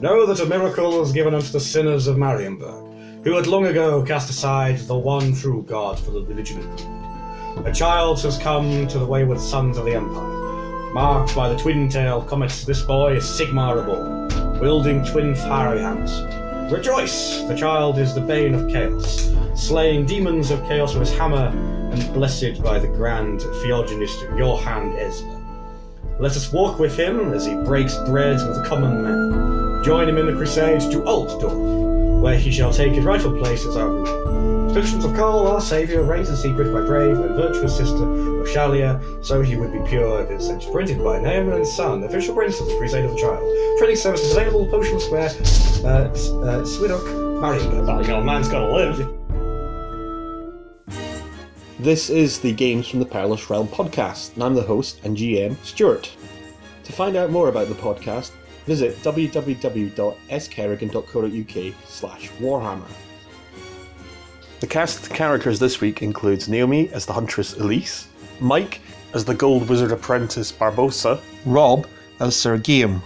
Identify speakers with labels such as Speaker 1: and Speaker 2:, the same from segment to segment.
Speaker 1: Know that a miracle was given unto the sinners of Marienburg, who had long ago cast aside the one true God for the religion of good. A child has come to the wayward sons of the Empire. Marked by the twin tail comets, this boy is Sigma reborn, wielding twin fiery hands. Rejoice! The child is the bane of chaos, slaying demons of chaos with his hammer, and blessed by the grand theogenist Johann Esler. Let us walk with him as he breaks bread with a common man. Join him in the crusade to Altdorf, where he shall take his rightful place as our ruler. Instructions of Karl, our saviour, raised in secret by brave and virtuous sister Rochalia, so he would be pure and essential. Printed by Naaman and Son, official print of the Crusade of the Child. Training services available, Potion Square, uh, uh, Swiddock, Marienburg. Oh, your man's gotta live.
Speaker 2: This is the Games from the Perilous Realm podcast, and I'm the host and GM, Stuart. To find out more about the podcast, visit www.skerrigan.co.uk slash warhammer. The cast of characters this week includes Naomi as the Huntress Elise, Mike as the Gold Wizard Apprentice Barbosa,
Speaker 3: Rob as Oh, Sir Guillaume.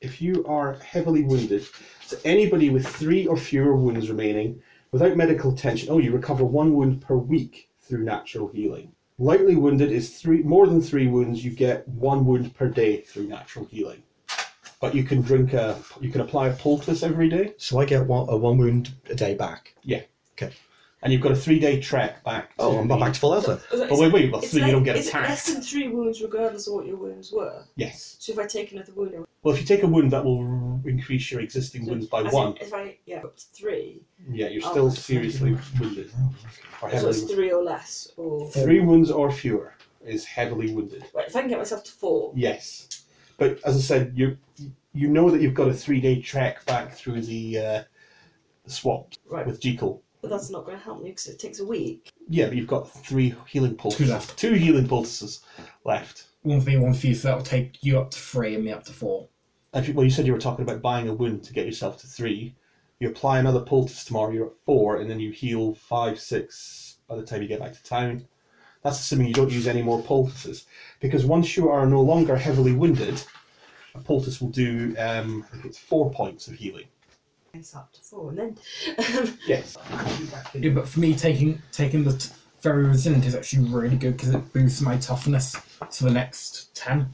Speaker 2: if you are heavily wounded, so anybody with three or fewer wounds remaining, without medical attention, oh, you recover one wound per week through natural healing. Lightly wounded is three more than three wounds. You get one wound per day through natural healing, but you can drink a you can apply a poultice every day,
Speaker 1: So I get one, a one wound a day back.
Speaker 2: and you've got a three day trek back. to
Speaker 1: Oh, I'm
Speaker 2: the-
Speaker 1: back to full effort.
Speaker 4: Is that-
Speaker 2: Oh wait, wait, well,
Speaker 4: it's
Speaker 2: three, you
Speaker 4: like-
Speaker 2: don't get
Speaker 4: is it
Speaker 2: attacked.
Speaker 4: less than three wounds, regardless of what your wounds were.
Speaker 2: Yes.
Speaker 4: So if I take another wound, I-
Speaker 2: Well, if you take a wound, that will increase your existing wounds by
Speaker 4: as in,
Speaker 2: one.
Speaker 4: If I yeah, up to three,
Speaker 2: Yeah, you're
Speaker 4: Oh.
Speaker 2: still seriously wounded or
Speaker 4: so it's
Speaker 2: heavily
Speaker 4: three or less. Or
Speaker 2: Three wounds or fewer is heavily wounded.
Speaker 4: right, if I can get myself to four,
Speaker 2: Yes, but as I said, you you know that you've got a three day trek back through the uh, swamps
Speaker 4: right,
Speaker 2: with Jekyll.
Speaker 4: but that's not going to help me because it takes a week.
Speaker 2: Yeah, but you've got three healing poultices.
Speaker 5: Two left.
Speaker 2: Two healing poultices left.
Speaker 5: One for me, one for you, so that'll take you up to three and me up to four.
Speaker 2: And you, well, you said you were talking about buying a wound to get yourself to three. You apply another poultice tomorrow. You're at four, and then you heal five, six by the time you get back to town. That's assuming you don't use any more poultices, because once you are no longer heavily wounded, a poultice will do um, I think it's four points of healing.
Speaker 4: It's up to four, and then
Speaker 2: Yes.
Speaker 5: Yeah, but for me, taking taking the t- very resilient is actually really good because it boosts my toughness to the next ten.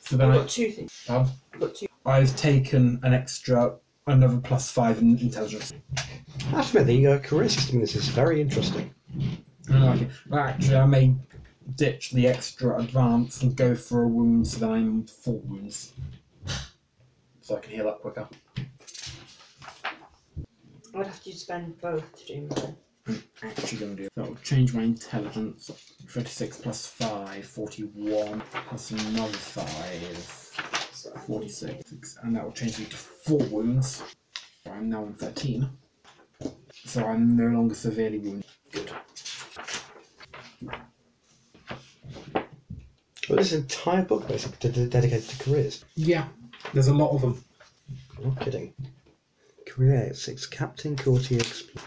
Speaker 5: So then
Speaker 4: I've
Speaker 5: I,
Speaker 4: got two things.
Speaker 5: um,
Speaker 4: I've got two.
Speaker 5: I've taken an extra another plus five in intelligence.
Speaker 1: Actually, the uh, career system in this is very interesting.
Speaker 5: I like it. But actually, I may ditch the extra advance and go for a wound, so then I'm four wounds, so I can heal up quicker.
Speaker 4: I'd have to spend both to do mine.
Speaker 5: actually going to do. That'll change my intelligence. 36 plus 5, 41, plus another 5,
Speaker 4: So
Speaker 5: 46. And that will change me to 4 wounds. I'm now on 13. So I'm no longer severely wounded. Good.
Speaker 1: Well, this entire book basically de- de- dedicated to careers.
Speaker 5: Yeah, there's a lot of them.
Speaker 1: I'm not kidding. Careers. It's Captain Courtier Explorer.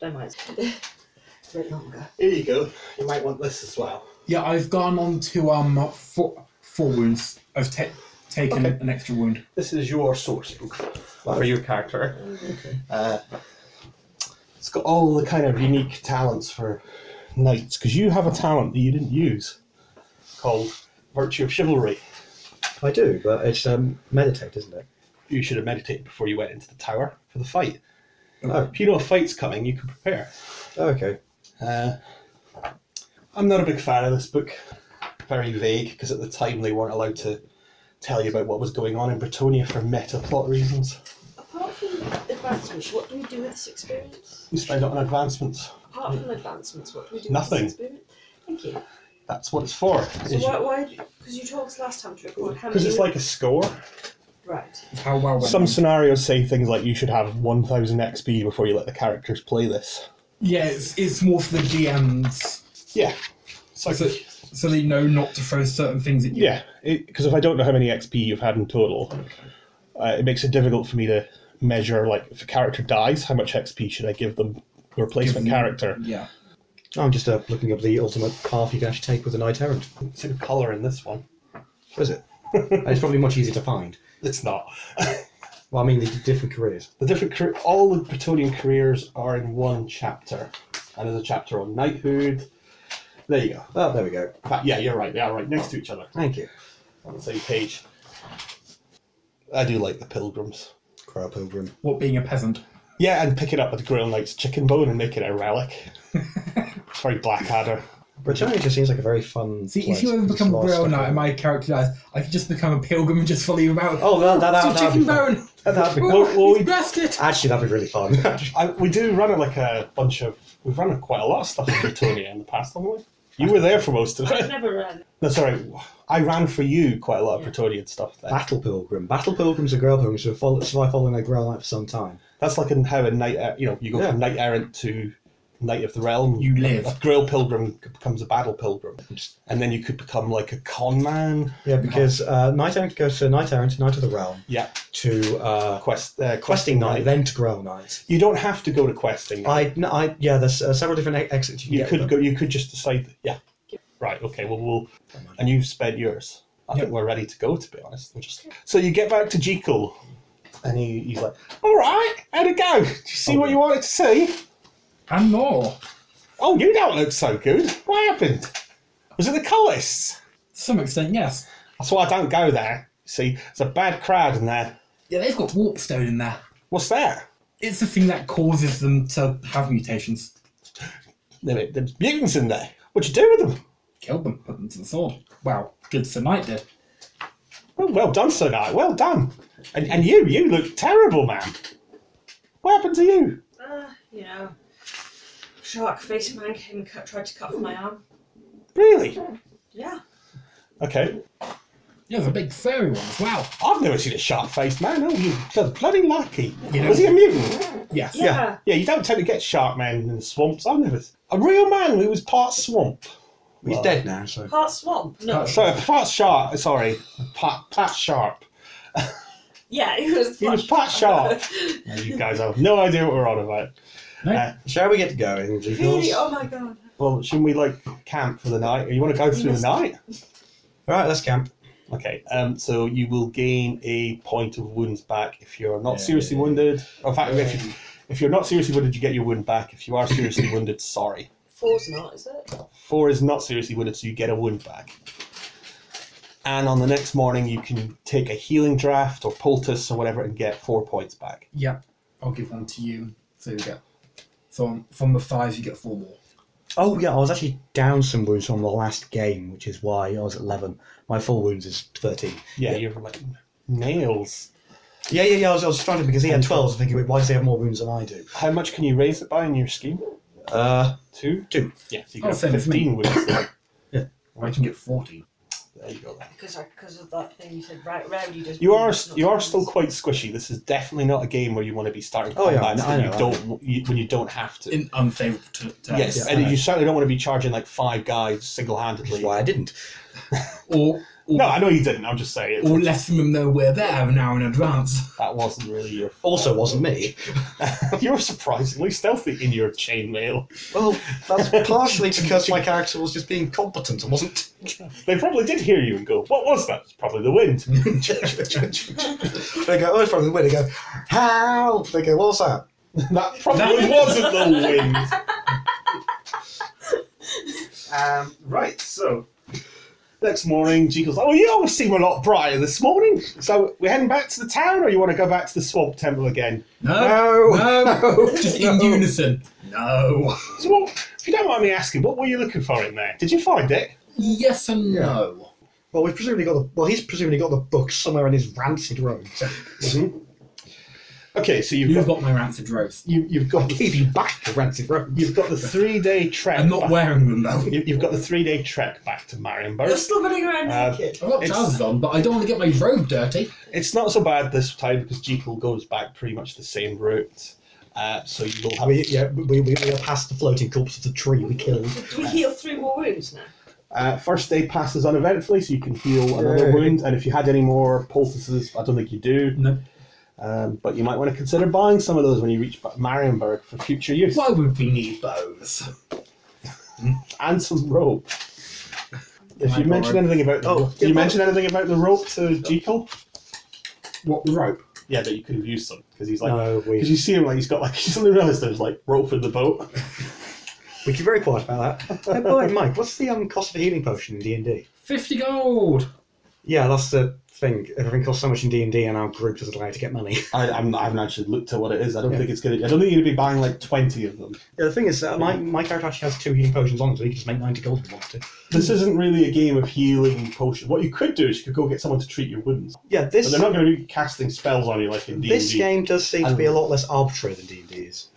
Speaker 4: don't mind. It's a bit longer.
Speaker 2: Here you go. You might want this as well.
Speaker 5: Yeah, I've gone on to um four, four wounds. I've ta taken
Speaker 2: Okay.
Speaker 5: an extra wound.
Speaker 2: This is your source book for your character. Uh, it's got all the kind of unique talents for knights because you have a talent that you didn't use called Virtue of Chivalry.
Speaker 1: I do, but it's um, meditate, isn't it?
Speaker 2: You should have meditated before you went into the tower for the fight.
Speaker 1: Oh.
Speaker 2: If you know a fight's coming, you can prepare.
Speaker 1: Oh, okay.
Speaker 2: Uh, I'm not a big fan of this book. Very vague because at the time they weren't allowed to tell you about what was going on in Bretonia for meta plot reasons.
Speaker 4: Apart from advancements, what do we do with this experience?
Speaker 2: You spend it on advancements.
Speaker 4: Apart from advancements, what do we do
Speaker 2: Nothing.
Speaker 4: with this experience? Thank you.
Speaker 2: That's what it's for.
Speaker 4: So why, why, because you told us last time to record how many...
Speaker 2: Because it's like a score.
Speaker 4: Right.
Speaker 5: How well went
Speaker 2: Some
Speaker 5: I?
Speaker 2: scenarios say things like you should have 1000 XP before you let the characters play this.
Speaker 5: Yeah, it's, it's more for the GMs.
Speaker 2: Yeah. So,
Speaker 5: So, so they know not to throw certain things at you.
Speaker 2: yeah, because if I don't know how many XP you've had in total, uh, it makes it difficult for me to measure, like, if a character dies, how much XP should I give them, the replacement
Speaker 5: Give them-
Speaker 2: character?
Speaker 5: Yeah.
Speaker 1: I'm just uh, looking up the ultimate path you can actually take with a knight errant.
Speaker 2: It's in colour in this one.
Speaker 1: What is it? it's probably much easier to find.
Speaker 2: It's not.
Speaker 1: Well, I mean, the different careers.
Speaker 2: The different career, all the Bretonian careers are in one chapter, and there's a chapter on knighthood. There you go.
Speaker 1: Oh, there we go.
Speaker 2: In fact, yeah, you're right. They are right next to each other
Speaker 1: Thank you.
Speaker 2: on the same page. I do like the pilgrims.
Speaker 1: Crow Pilgrim.
Speaker 5: What being a peasant?
Speaker 2: Yeah, and picking up a Grail Knight's chicken bone and making it a relic. Sorry, Blackadder.
Speaker 1: Britannia just seems like a very fun.
Speaker 5: See,
Speaker 1: place.
Speaker 5: if you ever
Speaker 1: There's
Speaker 5: become
Speaker 1: a
Speaker 5: a
Speaker 1: lot of
Speaker 5: grail
Speaker 1: stuff
Speaker 5: knight,
Speaker 1: going on.
Speaker 5: my character dies, I could just become a pilgrim and just follow you about.
Speaker 1: Oh, that that
Speaker 5: It's
Speaker 1: that
Speaker 5: a
Speaker 1: that'd
Speaker 5: chicken
Speaker 1: be fun.
Speaker 5: bone!
Speaker 1: That'd be fun.
Speaker 2: Well, well, we-
Speaker 5: Bastard!
Speaker 1: Actually, that'd be really fun.
Speaker 2: I, we do run a, like a bunch of. We've run a, quite a lot of stuff in Bretonia in the past, haven't we? You were there for most of
Speaker 4: I've
Speaker 2: it.
Speaker 4: never ran.
Speaker 2: No, sorry, I ran for you quite a lot of Bretonian stuff. Then.
Speaker 1: Battle Pilgrim. Battle Pilgrims are Grail Pilgrims who follow, survive following their Grail Knight for some time.
Speaker 2: That's like in how a knight, er- you know, you go
Speaker 1: Yeah.
Speaker 2: from knight errant to knight of the realm.
Speaker 5: You live.
Speaker 2: A grail pilgrim becomes a battle pilgrim, and then you could become like a con man.
Speaker 1: Yeah, because uh, Knight Errant goes to Knight Errant, Knight of the Realm,
Speaker 2: Yeah,
Speaker 1: to uh,
Speaker 2: quest uh,
Speaker 1: Questing Knight, then to Grail Knight.
Speaker 2: You don't have to go to questing.
Speaker 1: I,
Speaker 2: Knight.
Speaker 1: no, I yeah, there's uh, several different e- exits you can
Speaker 2: you
Speaker 1: get
Speaker 2: could
Speaker 1: with
Speaker 2: go.
Speaker 1: them.
Speaker 2: You could just decide. That, yeah. Right. Okay. Well, we'll. And you've spent yours. I think we're ready to go. To be honest, we're just. So you get back to Jekyll, and he, he's like, "All right, how'd it go? Did you see what you wanted to see?
Speaker 5: And more.
Speaker 2: Oh, you don't look so good. What happened? Was it the cullists?"
Speaker 5: To some extent, yes.
Speaker 2: That's why I don't go there. See, it's a bad crowd in there.
Speaker 5: Yeah, they've got warpstone in there.
Speaker 2: What's that?
Speaker 5: It's the thing that causes them to have mutations.
Speaker 2: There- There's mutants in there. What'd you do with them?
Speaker 5: Killed them, put them to the sword. Well, good Sir Knight did.
Speaker 2: Well, Oh, well done, Sir Knight. Well done. And, and you, you look terrible, man. What happened to you?
Speaker 4: Uh, you know. Shark face man came and cut, tried to cut my arm.
Speaker 2: Really?
Speaker 4: Yeah.
Speaker 2: Okay.
Speaker 5: Yeah, there's a big furry one as well.
Speaker 2: I've never seen a sharp faced man. Oh, you are bloody lucky.
Speaker 5: You know-
Speaker 2: Was he a mutant?
Speaker 5: Yes.
Speaker 4: Yeah.
Speaker 2: Yeah, you don't tend to get shark men in the swamps. I've never. A real man who was part swamp.
Speaker 1: He's
Speaker 2: Well,
Speaker 1: dead now, so.
Speaker 4: Part swamp. No.
Speaker 5: Part swamp.
Speaker 2: Sorry, part sharp. Sorry, part, part sharp.
Speaker 4: Yeah, it was.
Speaker 2: He was part sharp. Now, you guys have no idea what we're on about.
Speaker 5: No?
Speaker 2: Uh,
Speaker 1: Shall we get going, Jiggles?
Speaker 4: Really? Oh my god.
Speaker 2: Well, shouldn't we like camp for the night? You want to go through the night?
Speaker 1: Alright, let's camp.
Speaker 2: Okay. Um. So you will gain a point of wounds back if you're not
Speaker 1: Yeah,
Speaker 2: seriously
Speaker 1: yeah, yeah.
Speaker 2: wounded. In fact, if, you, if you're not seriously wounded, you get your wound back. If you are seriously wounded, sorry.
Speaker 4: Four's not, is it?
Speaker 2: Four is not seriously wounded, so you get a wound back. And on the next morning, you can take a healing draft or poultice or whatever and get four points back.
Speaker 5: Yep. I'll give one to you. So you get. So on- from the five, you get four more.
Speaker 1: Oh, yeah, I was actually down some wounds from the last game, which is why I was at 11. My full wounds is 13.
Speaker 2: Yeah, you're like nails.
Speaker 1: Yeah, yeah, yeah, I was, I was trying to, because he had 12, I was thinking, wait, why does he have more wounds than I do?
Speaker 2: How much can you raise it by in your scheme?
Speaker 1: Uh,
Speaker 2: Two.
Speaker 1: two.
Speaker 2: Yeah, so you
Speaker 5: Oh,
Speaker 2: get
Speaker 5: same as me.
Speaker 2: fifteen wounds. There
Speaker 5: Or I can get 40.
Speaker 2: There you go. Then.
Speaker 4: Because I, because of that thing you said, right? Rowdy does.
Speaker 2: You are
Speaker 4: wounds, not
Speaker 2: you are
Speaker 4: wounds.
Speaker 2: still quite squishy. This is definitely not a game where you want to be starting
Speaker 1: Oh, yeah,
Speaker 2: combats
Speaker 1: no, I
Speaker 2: when
Speaker 1: know,
Speaker 2: you
Speaker 1: I
Speaker 2: don't you, when you don't have to.
Speaker 5: In unfavourable t- terms.
Speaker 2: yes,
Speaker 1: yeah, I
Speaker 2: and
Speaker 1: know.
Speaker 2: you certainly don't want to be charging like five guys single
Speaker 1: Which is
Speaker 2: handedly.
Speaker 1: why I didn't.
Speaker 5: Uh, Or, or,
Speaker 2: No, I know you didn't. I'm just saying it,
Speaker 5: or letting them know we're there an hour in advance.
Speaker 2: that wasn't really your.
Speaker 1: Also, wasn't me.
Speaker 2: you were surprisingly stealthy in your chainmail.
Speaker 1: Well, that's partially because my character was just being competent and wasn't.
Speaker 2: They probably did hear you and go, "What was that?" It's probably the wind.
Speaker 1: they go, oh, it's probably the way. They go, help! They go, what's that?
Speaker 2: that probably
Speaker 5: That-
Speaker 2: wasn't the wind.
Speaker 1: Um,
Speaker 2: Right, so next morning, Jekyll's like, Oh, you always seem a lot brighter this morning. So we're heading back to the town, or you want to go back to the swamp temple again?
Speaker 5: No.
Speaker 1: no!
Speaker 5: Just in
Speaker 1: No.
Speaker 5: unison. No.
Speaker 2: So, what, if you don't mind me asking, what were you looking for in there? Did you find it?
Speaker 5: Yes and no.
Speaker 1: Well, we've presumably got the well. He's presumably got the book somewhere in his rancid robes.
Speaker 2: Okay, so you've
Speaker 5: You've
Speaker 2: got,
Speaker 5: got my rancid robes.
Speaker 2: you, you've
Speaker 1: I
Speaker 2: got
Speaker 1: gave you back the rancid robes.
Speaker 2: you've got the three day trek.
Speaker 5: I'm not
Speaker 2: back-
Speaker 5: wearing them though.
Speaker 2: you, have got the three day trek back to Marienburg.
Speaker 4: You're still running around
Speaker 2: Uh,
Speaker 4: naked.
Speaker 5: I've got
Speaker 2: It's-
Speaker 5: trousers on, but I don't want to get my robe dirty.
Speaker 2: It's not so bad this time because Jekyll goes back pretty much the same route. Uh, so you will have
Speaker 1: We, yeah, we, we, we are past the floating corpse of the tree we killed.
Speaker 4: Do we heal three more wounds now?
Speaker 2: Uh, first day passes uneventfully, so you can heal another
Speaker 1: Yay.
Speaker 2: wound. And if you had any more poultices, I don't think you do.
Speaker 5: No.
Speaker 2: Um, but you might want to consider buying some of those when you reach Marienburg for future use.
Speaker 5: Why would we need bows?
Speaker 2: and some rope. If
Speaker 5: My
Speaker 2: you mention
Speaker 5: lord.
Speaker 2: anything about
Speaker 1: Oh,
Speaker 2: oh, you
Speaker 1: yeah,
Speaker 2: mention anything about the rope to Jekyll?
Speaker 5: What the rope?
Speaker 2: Yeah, that you could have used some because he's like
Speaker 1: no,
Speaker 2: because
Speaker 1: we,
Speaker 2: you see him like he's got like he suddenly realised there's like rope in the boat.
Speaker 1: we keep very quiet about that. Hey, boy, Mike, what's the um, cost of a healing potion in D and D?
Speaker 5: Fifty gold.
Speaker 1: Yeah, that's the thing. Everything costs so much in D and D, and our group doesn't allow you to get money.
Speaker 2: I, I'm, I haven't actually looked at what it is. I don't
Speaker 1: Yeah.
Speaker 2: think it's gonna. I don't think you're gonna be buying like twenty of them.
Speaker 1: Yeah, the thing is, uh, my my character actually has two healing potions on, so he can just make ninety gold if he wants to.
Speaker 2: This isn't really a game of healing potion. What you could do is you could go get someone to treat your wounds,
Speaker 1: Yeah,
Speaker 2: but
Speaker 1: this
Speaker 2: they're not going to be casting spells on you like in D and
Speaker 1: this
Speaker 2: D.
Speaker 1: game does seem to be a lot less arbitrary than D and D is.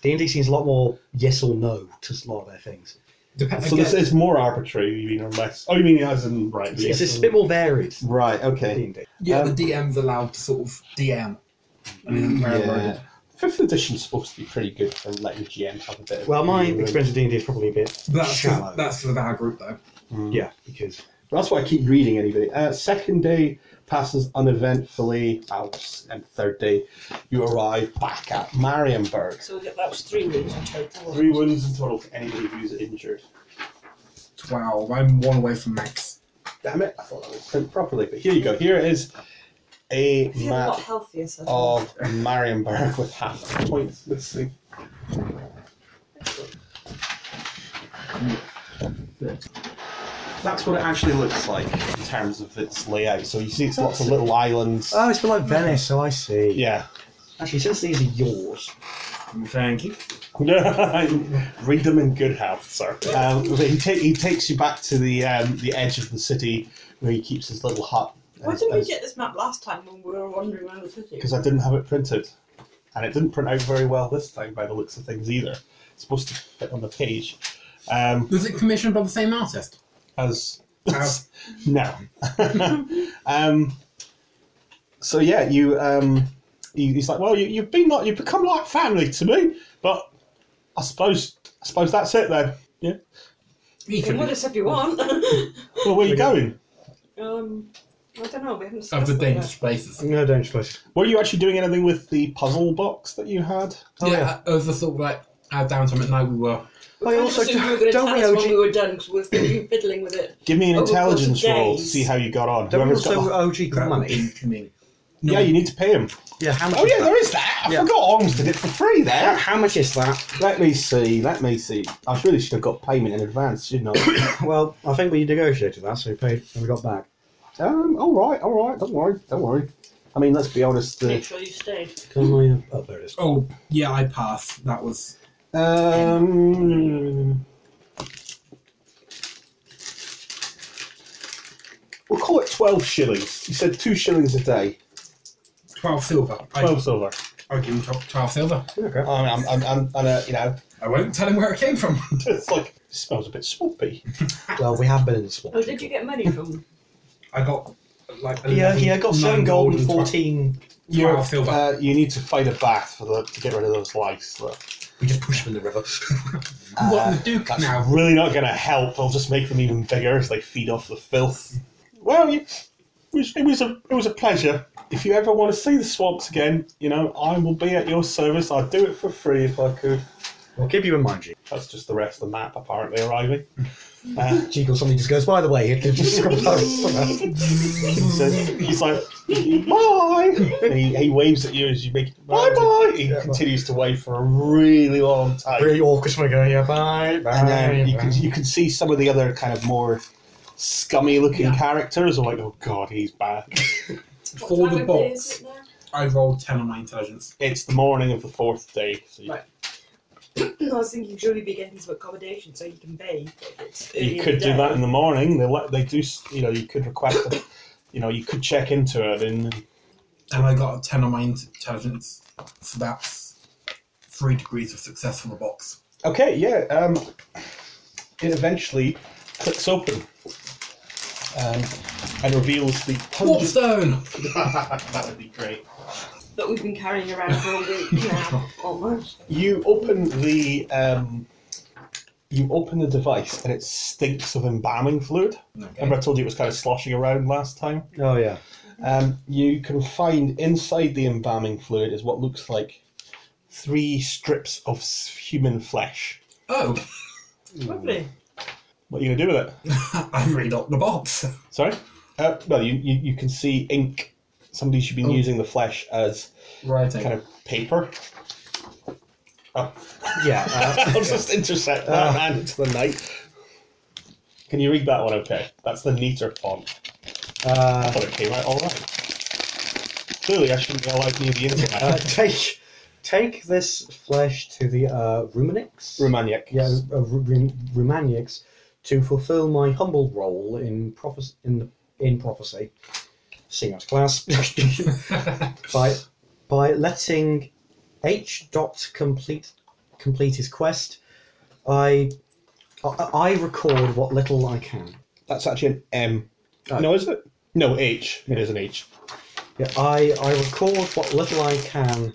Speaker 1: D and D seems a lot more yes or no to a lot of their things.
Speaker 5: Depends.
Speaker 2: So this is more arbitrary, you mean, or less? Oh, you mean as in right?
Speaker 1: It's,
Speaker 2: yes.
Speaker 1: it's a bit more varied.
Speaker 2: Right. Okay.
Speaker 1: D&D.
Speaker 6: Yeah,
Speaker 2: Um,
Speaker 6: the DM's allowed to sort of DM. I mean, where
Speaker 2: Yeah. Fifth edition's supposed to be pretty good for letting GM have a bit. Of
Speaker 1: Well, my
Speaker 2: free room.
Speaker 1: experience of D and D is probably a bit
Speaker 6: That's
Speaker 1: shallow.
Speaker 6: because, that's because of our group, though.
Speaker 2: Hmm.
Speaker 1: yeah, because
Speaker 2: That's why I keep reading anyway. Uh, second day passes uneventfully. Out and third day, you arrive back at Marienburg.
Speaker 4: So we get, that was three wounds in total.
Speaker 2: Three wounds in total for anybody who's injured.
Speaker 5: Twelve. I'm one away from max.
Speaker 2: Damn it! I thought that was print properly, but here you go. Here is a
Speaker 4: I feel a lot
Speaker 2: map
Speaker 4: healthier, so
Speaker 2: of Marienburg with half points. Let's see. That's what it actually looks like in terms of its layout. So you see, it's lots of little islands.
Speaker 1: oh, it's below Venice, so I see.
Speaker 2: Yeah.
Speaker 1: Actually, since these are yours,
Speaker 5: Thank you.
Speaker 2: Read them in good health, sir. Um, but he, ta- he takes you back to the um, the edge of the city where he keeps his little hut.
Speaker 4: Why didn't we get this map last time when we were wandering around the city?
Speaker 2: Because I didn't have it printed, and it didn't print out very well this time by the looks of things either. It's supposed to fit on the page. Um,
Speaker 5: Was it commissioned by the same artist?
Speaker 2: as
Speaker 5: Ow.
Speaker 2: no. um, so yeah, you. Um, he- he's like, well, you, you've been like you've become like family to me, but I suppose I suppose that's it then. Yeah.
Speaker 5: He
Speaker 4: You
Speaker 5: could
Speaker 4: can
Speaker 5: be.
Speaker 4: us if you want.
Speaker 2: Well, where are you
Speaker 1: Okay.
Speaker 2: going?
Speaker 4: um, I don't know. We haven't
Speaker 5: Of
Speaker 4: discussed
Speaker 5: the
Speaker 4: it yet.
Speaker 5: dangerous places.
Speaker 1: no danger place.
Speaker 2: Were you actually doing anything with the puzzle box that you had?
Speaker 1: Oh,
Speaker 5: yeah, As a sort of like our downtime at night, we were.
Speaker 1: I
Speaker 4: I
Speaker 1: also
Speaker 4: also we were going to
Speaker 1: don't
Speaker 4: tell
Speaker 1: we
Speaker 4: us when we
Speaker 1: OG,
Speaker 4: were done because we were going to be fiddling with it.
Speaker 2: Give me an
Speaker 4: Over the course of
Speaker 2: intelligence roll to
Speaker 4: days.
Speaker 2: see how you got on.
Speaker 1: don't oh, we
Speaker 2: Whoever's got
Speaker 1: also
Speaker 2: the-
Speaker 1: OG
Speaker 5: That
Speaker 1: got
Speaker 5: would
Speaker 1: money?
Speaker 5: be to me.
Speaker 2: yeah, you need to pay him.
Speaker 1: Yeah, how much?
Speaker 2: Oh
Speaker 1: is
Speaker 2: yeah,
Speaker 1: that?
Speaker 2: there is that. I
Speaker 1: Yeah.
Speaker 2: forgot Orms did it for free
Speaker 1: How-
Speaker 2: there.
Speaker 1: How much is that?
Speaker 2: Let me see. Let me see. I really should have got payment in advance, shouldn't I?
Speaker 1: Well, I think we negotiated that, so we paid and we got back.
Speaker 2: Um, all right, all right. Don't worry, don't worry. I mean, let's be honest. uh,
Speaker 4: Make
Speaker 2: The,
Speaker 4: sure you stayed.
Speaker 1: Can I? Oh, there it is.
Speaker 5: Oh, yeah, I passed. That was.
Speaker 2: um, we'll call it twelve shillings. You said two shillings a day.
Speaker 5: 12 silver.
Speaker 2: Twelve silver.
Speaker 5: I, I give him 12, 12 silver.
Speaker 1: Okay.
Speaker 2: I'm, I'm, I'm, I'm uh, you know,
Speaker 5: I won't tell him where it came from.
Speaker 2: it's like it smells a bit swampy.
Speaker 1: Well, we have been in the swamp.
Speaker 4: Oh, did you get money from?
Speaker 5: I got like.
Speaker 1: Oh, Yeah,
Speaker 5: 11,
Speaker 1: yeah, got
Speaker 5: nine
Speaker 1: seven gold and
Speaker 5: 12
Speaker 1: fourteen.
Speaker 5: 12 silver.
Speaker 2: Uh, you need to fight a bath for the, to get rid of those lice. though.
Speaker 1: We just pushed them in the river.
Speaker 5: what
Speaker 1: uh,
Speaker 5: the Duke
Speaker 2: That's
Speaker 5: now?
Speaker 2: really not going to help. I'll just make them even bigger as they feed off the filth. Well, you- it was, it was a it was a pleasure. If you ever want to see the swamps again, you know I will be at your service. I'd do it for free if I could.
Speaker 1: we'll keep you in mind, Jeek.
Speaker 2: That's just the rest of the map apparently arriving. Uh,
Speaker 1: Jeek or something just goes. By the way, it just
Speaker 2: he says, he's like, bye. And he, he waves at you as you make bye bye. He
Speaker 1: Yeah,
Speaker 2: continues to wave for a really long time.
Speaker 1: really awkward when we go. Yeah, bye, bye.
Speaker 2: and then you
Speaker 1: bye."
Speaker 2: can you can see some of the other kind of more scummy looking
Speaker 5: Yeah.
Speaker 2: characters are like, oh god, he's back.
Speaker 4: What
Speaker 5: For
Speaker 4: time
Speaker 5: the
Speaker 4: of day is
Speaker 5: box.
Speaker 4: it now?
Speaker 5: I rolled 10 on my intelligence.
Speaker 2: It's the morning of the fourth day. So you,
Speaker 4: Right. I was thinking, should we be getting some accommodation so you can bathe? if it's early
Speaker 2: you
Speaker 4: in the
Speaker 2: could do
Speaker 4: day?
Speaker 2: that in the morning. They let they do. s- You know, you could request. them, you know, you could check into it and
Speaker 5: And I got a 10 on my intelligence. So that's three degrees of success from the box.
Speaker 2: Okay, yeah. Um, it eventually clicks open um, and reveals the pungent.
Speaker 5: Warpstone!
Speaker 2: that would be great.
Speaker 4: That we've been carrying around for a week now, almost.
Speaker 2: You open the um, you open the device and it stinks of embalming fluid.
Speaker 5: Okay.
Speaker 2: Remember, I told you it was kind of sloshing around last time.
Speaker 1: Oh yeah.
Speaker 2: Um, you can find inside the embalming fluid is what looks like three strips of s- human flesh.
Speaker 5: Oh,
Speaker 4: Lovely.
Speaker 2: What are you going to do with it?
Speaker 5: I relocked the box.
Speaker 2: Sorry? Uh, well, you, you, you can see ink. Somebody should be
Speaker 5: Oh.
Speaker 2: using the flesh as
Speaker 5: Right.
Speaker 2: kind of paper.
Speaker 1: Yeah. Uh,
Speaker 2: I'll just intercept that
Speaker 1: Ah.
Speaker 2: hand into the night. Can you read that one okay? That's the neater font. I
Speaker 1: uh,
Speaker 2: thought it came out alright. Clearly, I shouldn't be allowed near the internet.
Speaker 1: uh, take, take this flesh to the uh, Rumanix.
Speaker 2: Romaniac.
Speaker 1: yeah, uh, Ru- Ru- Rumaniacs to fulfill my humble role in prophecy in the in prophecy, seeing as class by by letting H dot complete complete his quest. I I, I record what little I can.
Speaker 2: That's actually an M.
Speaker 1: Oh.
Speaker 2: No, is it? No, H. It is an H.
Speaker 1: Yeah, I I record what little I can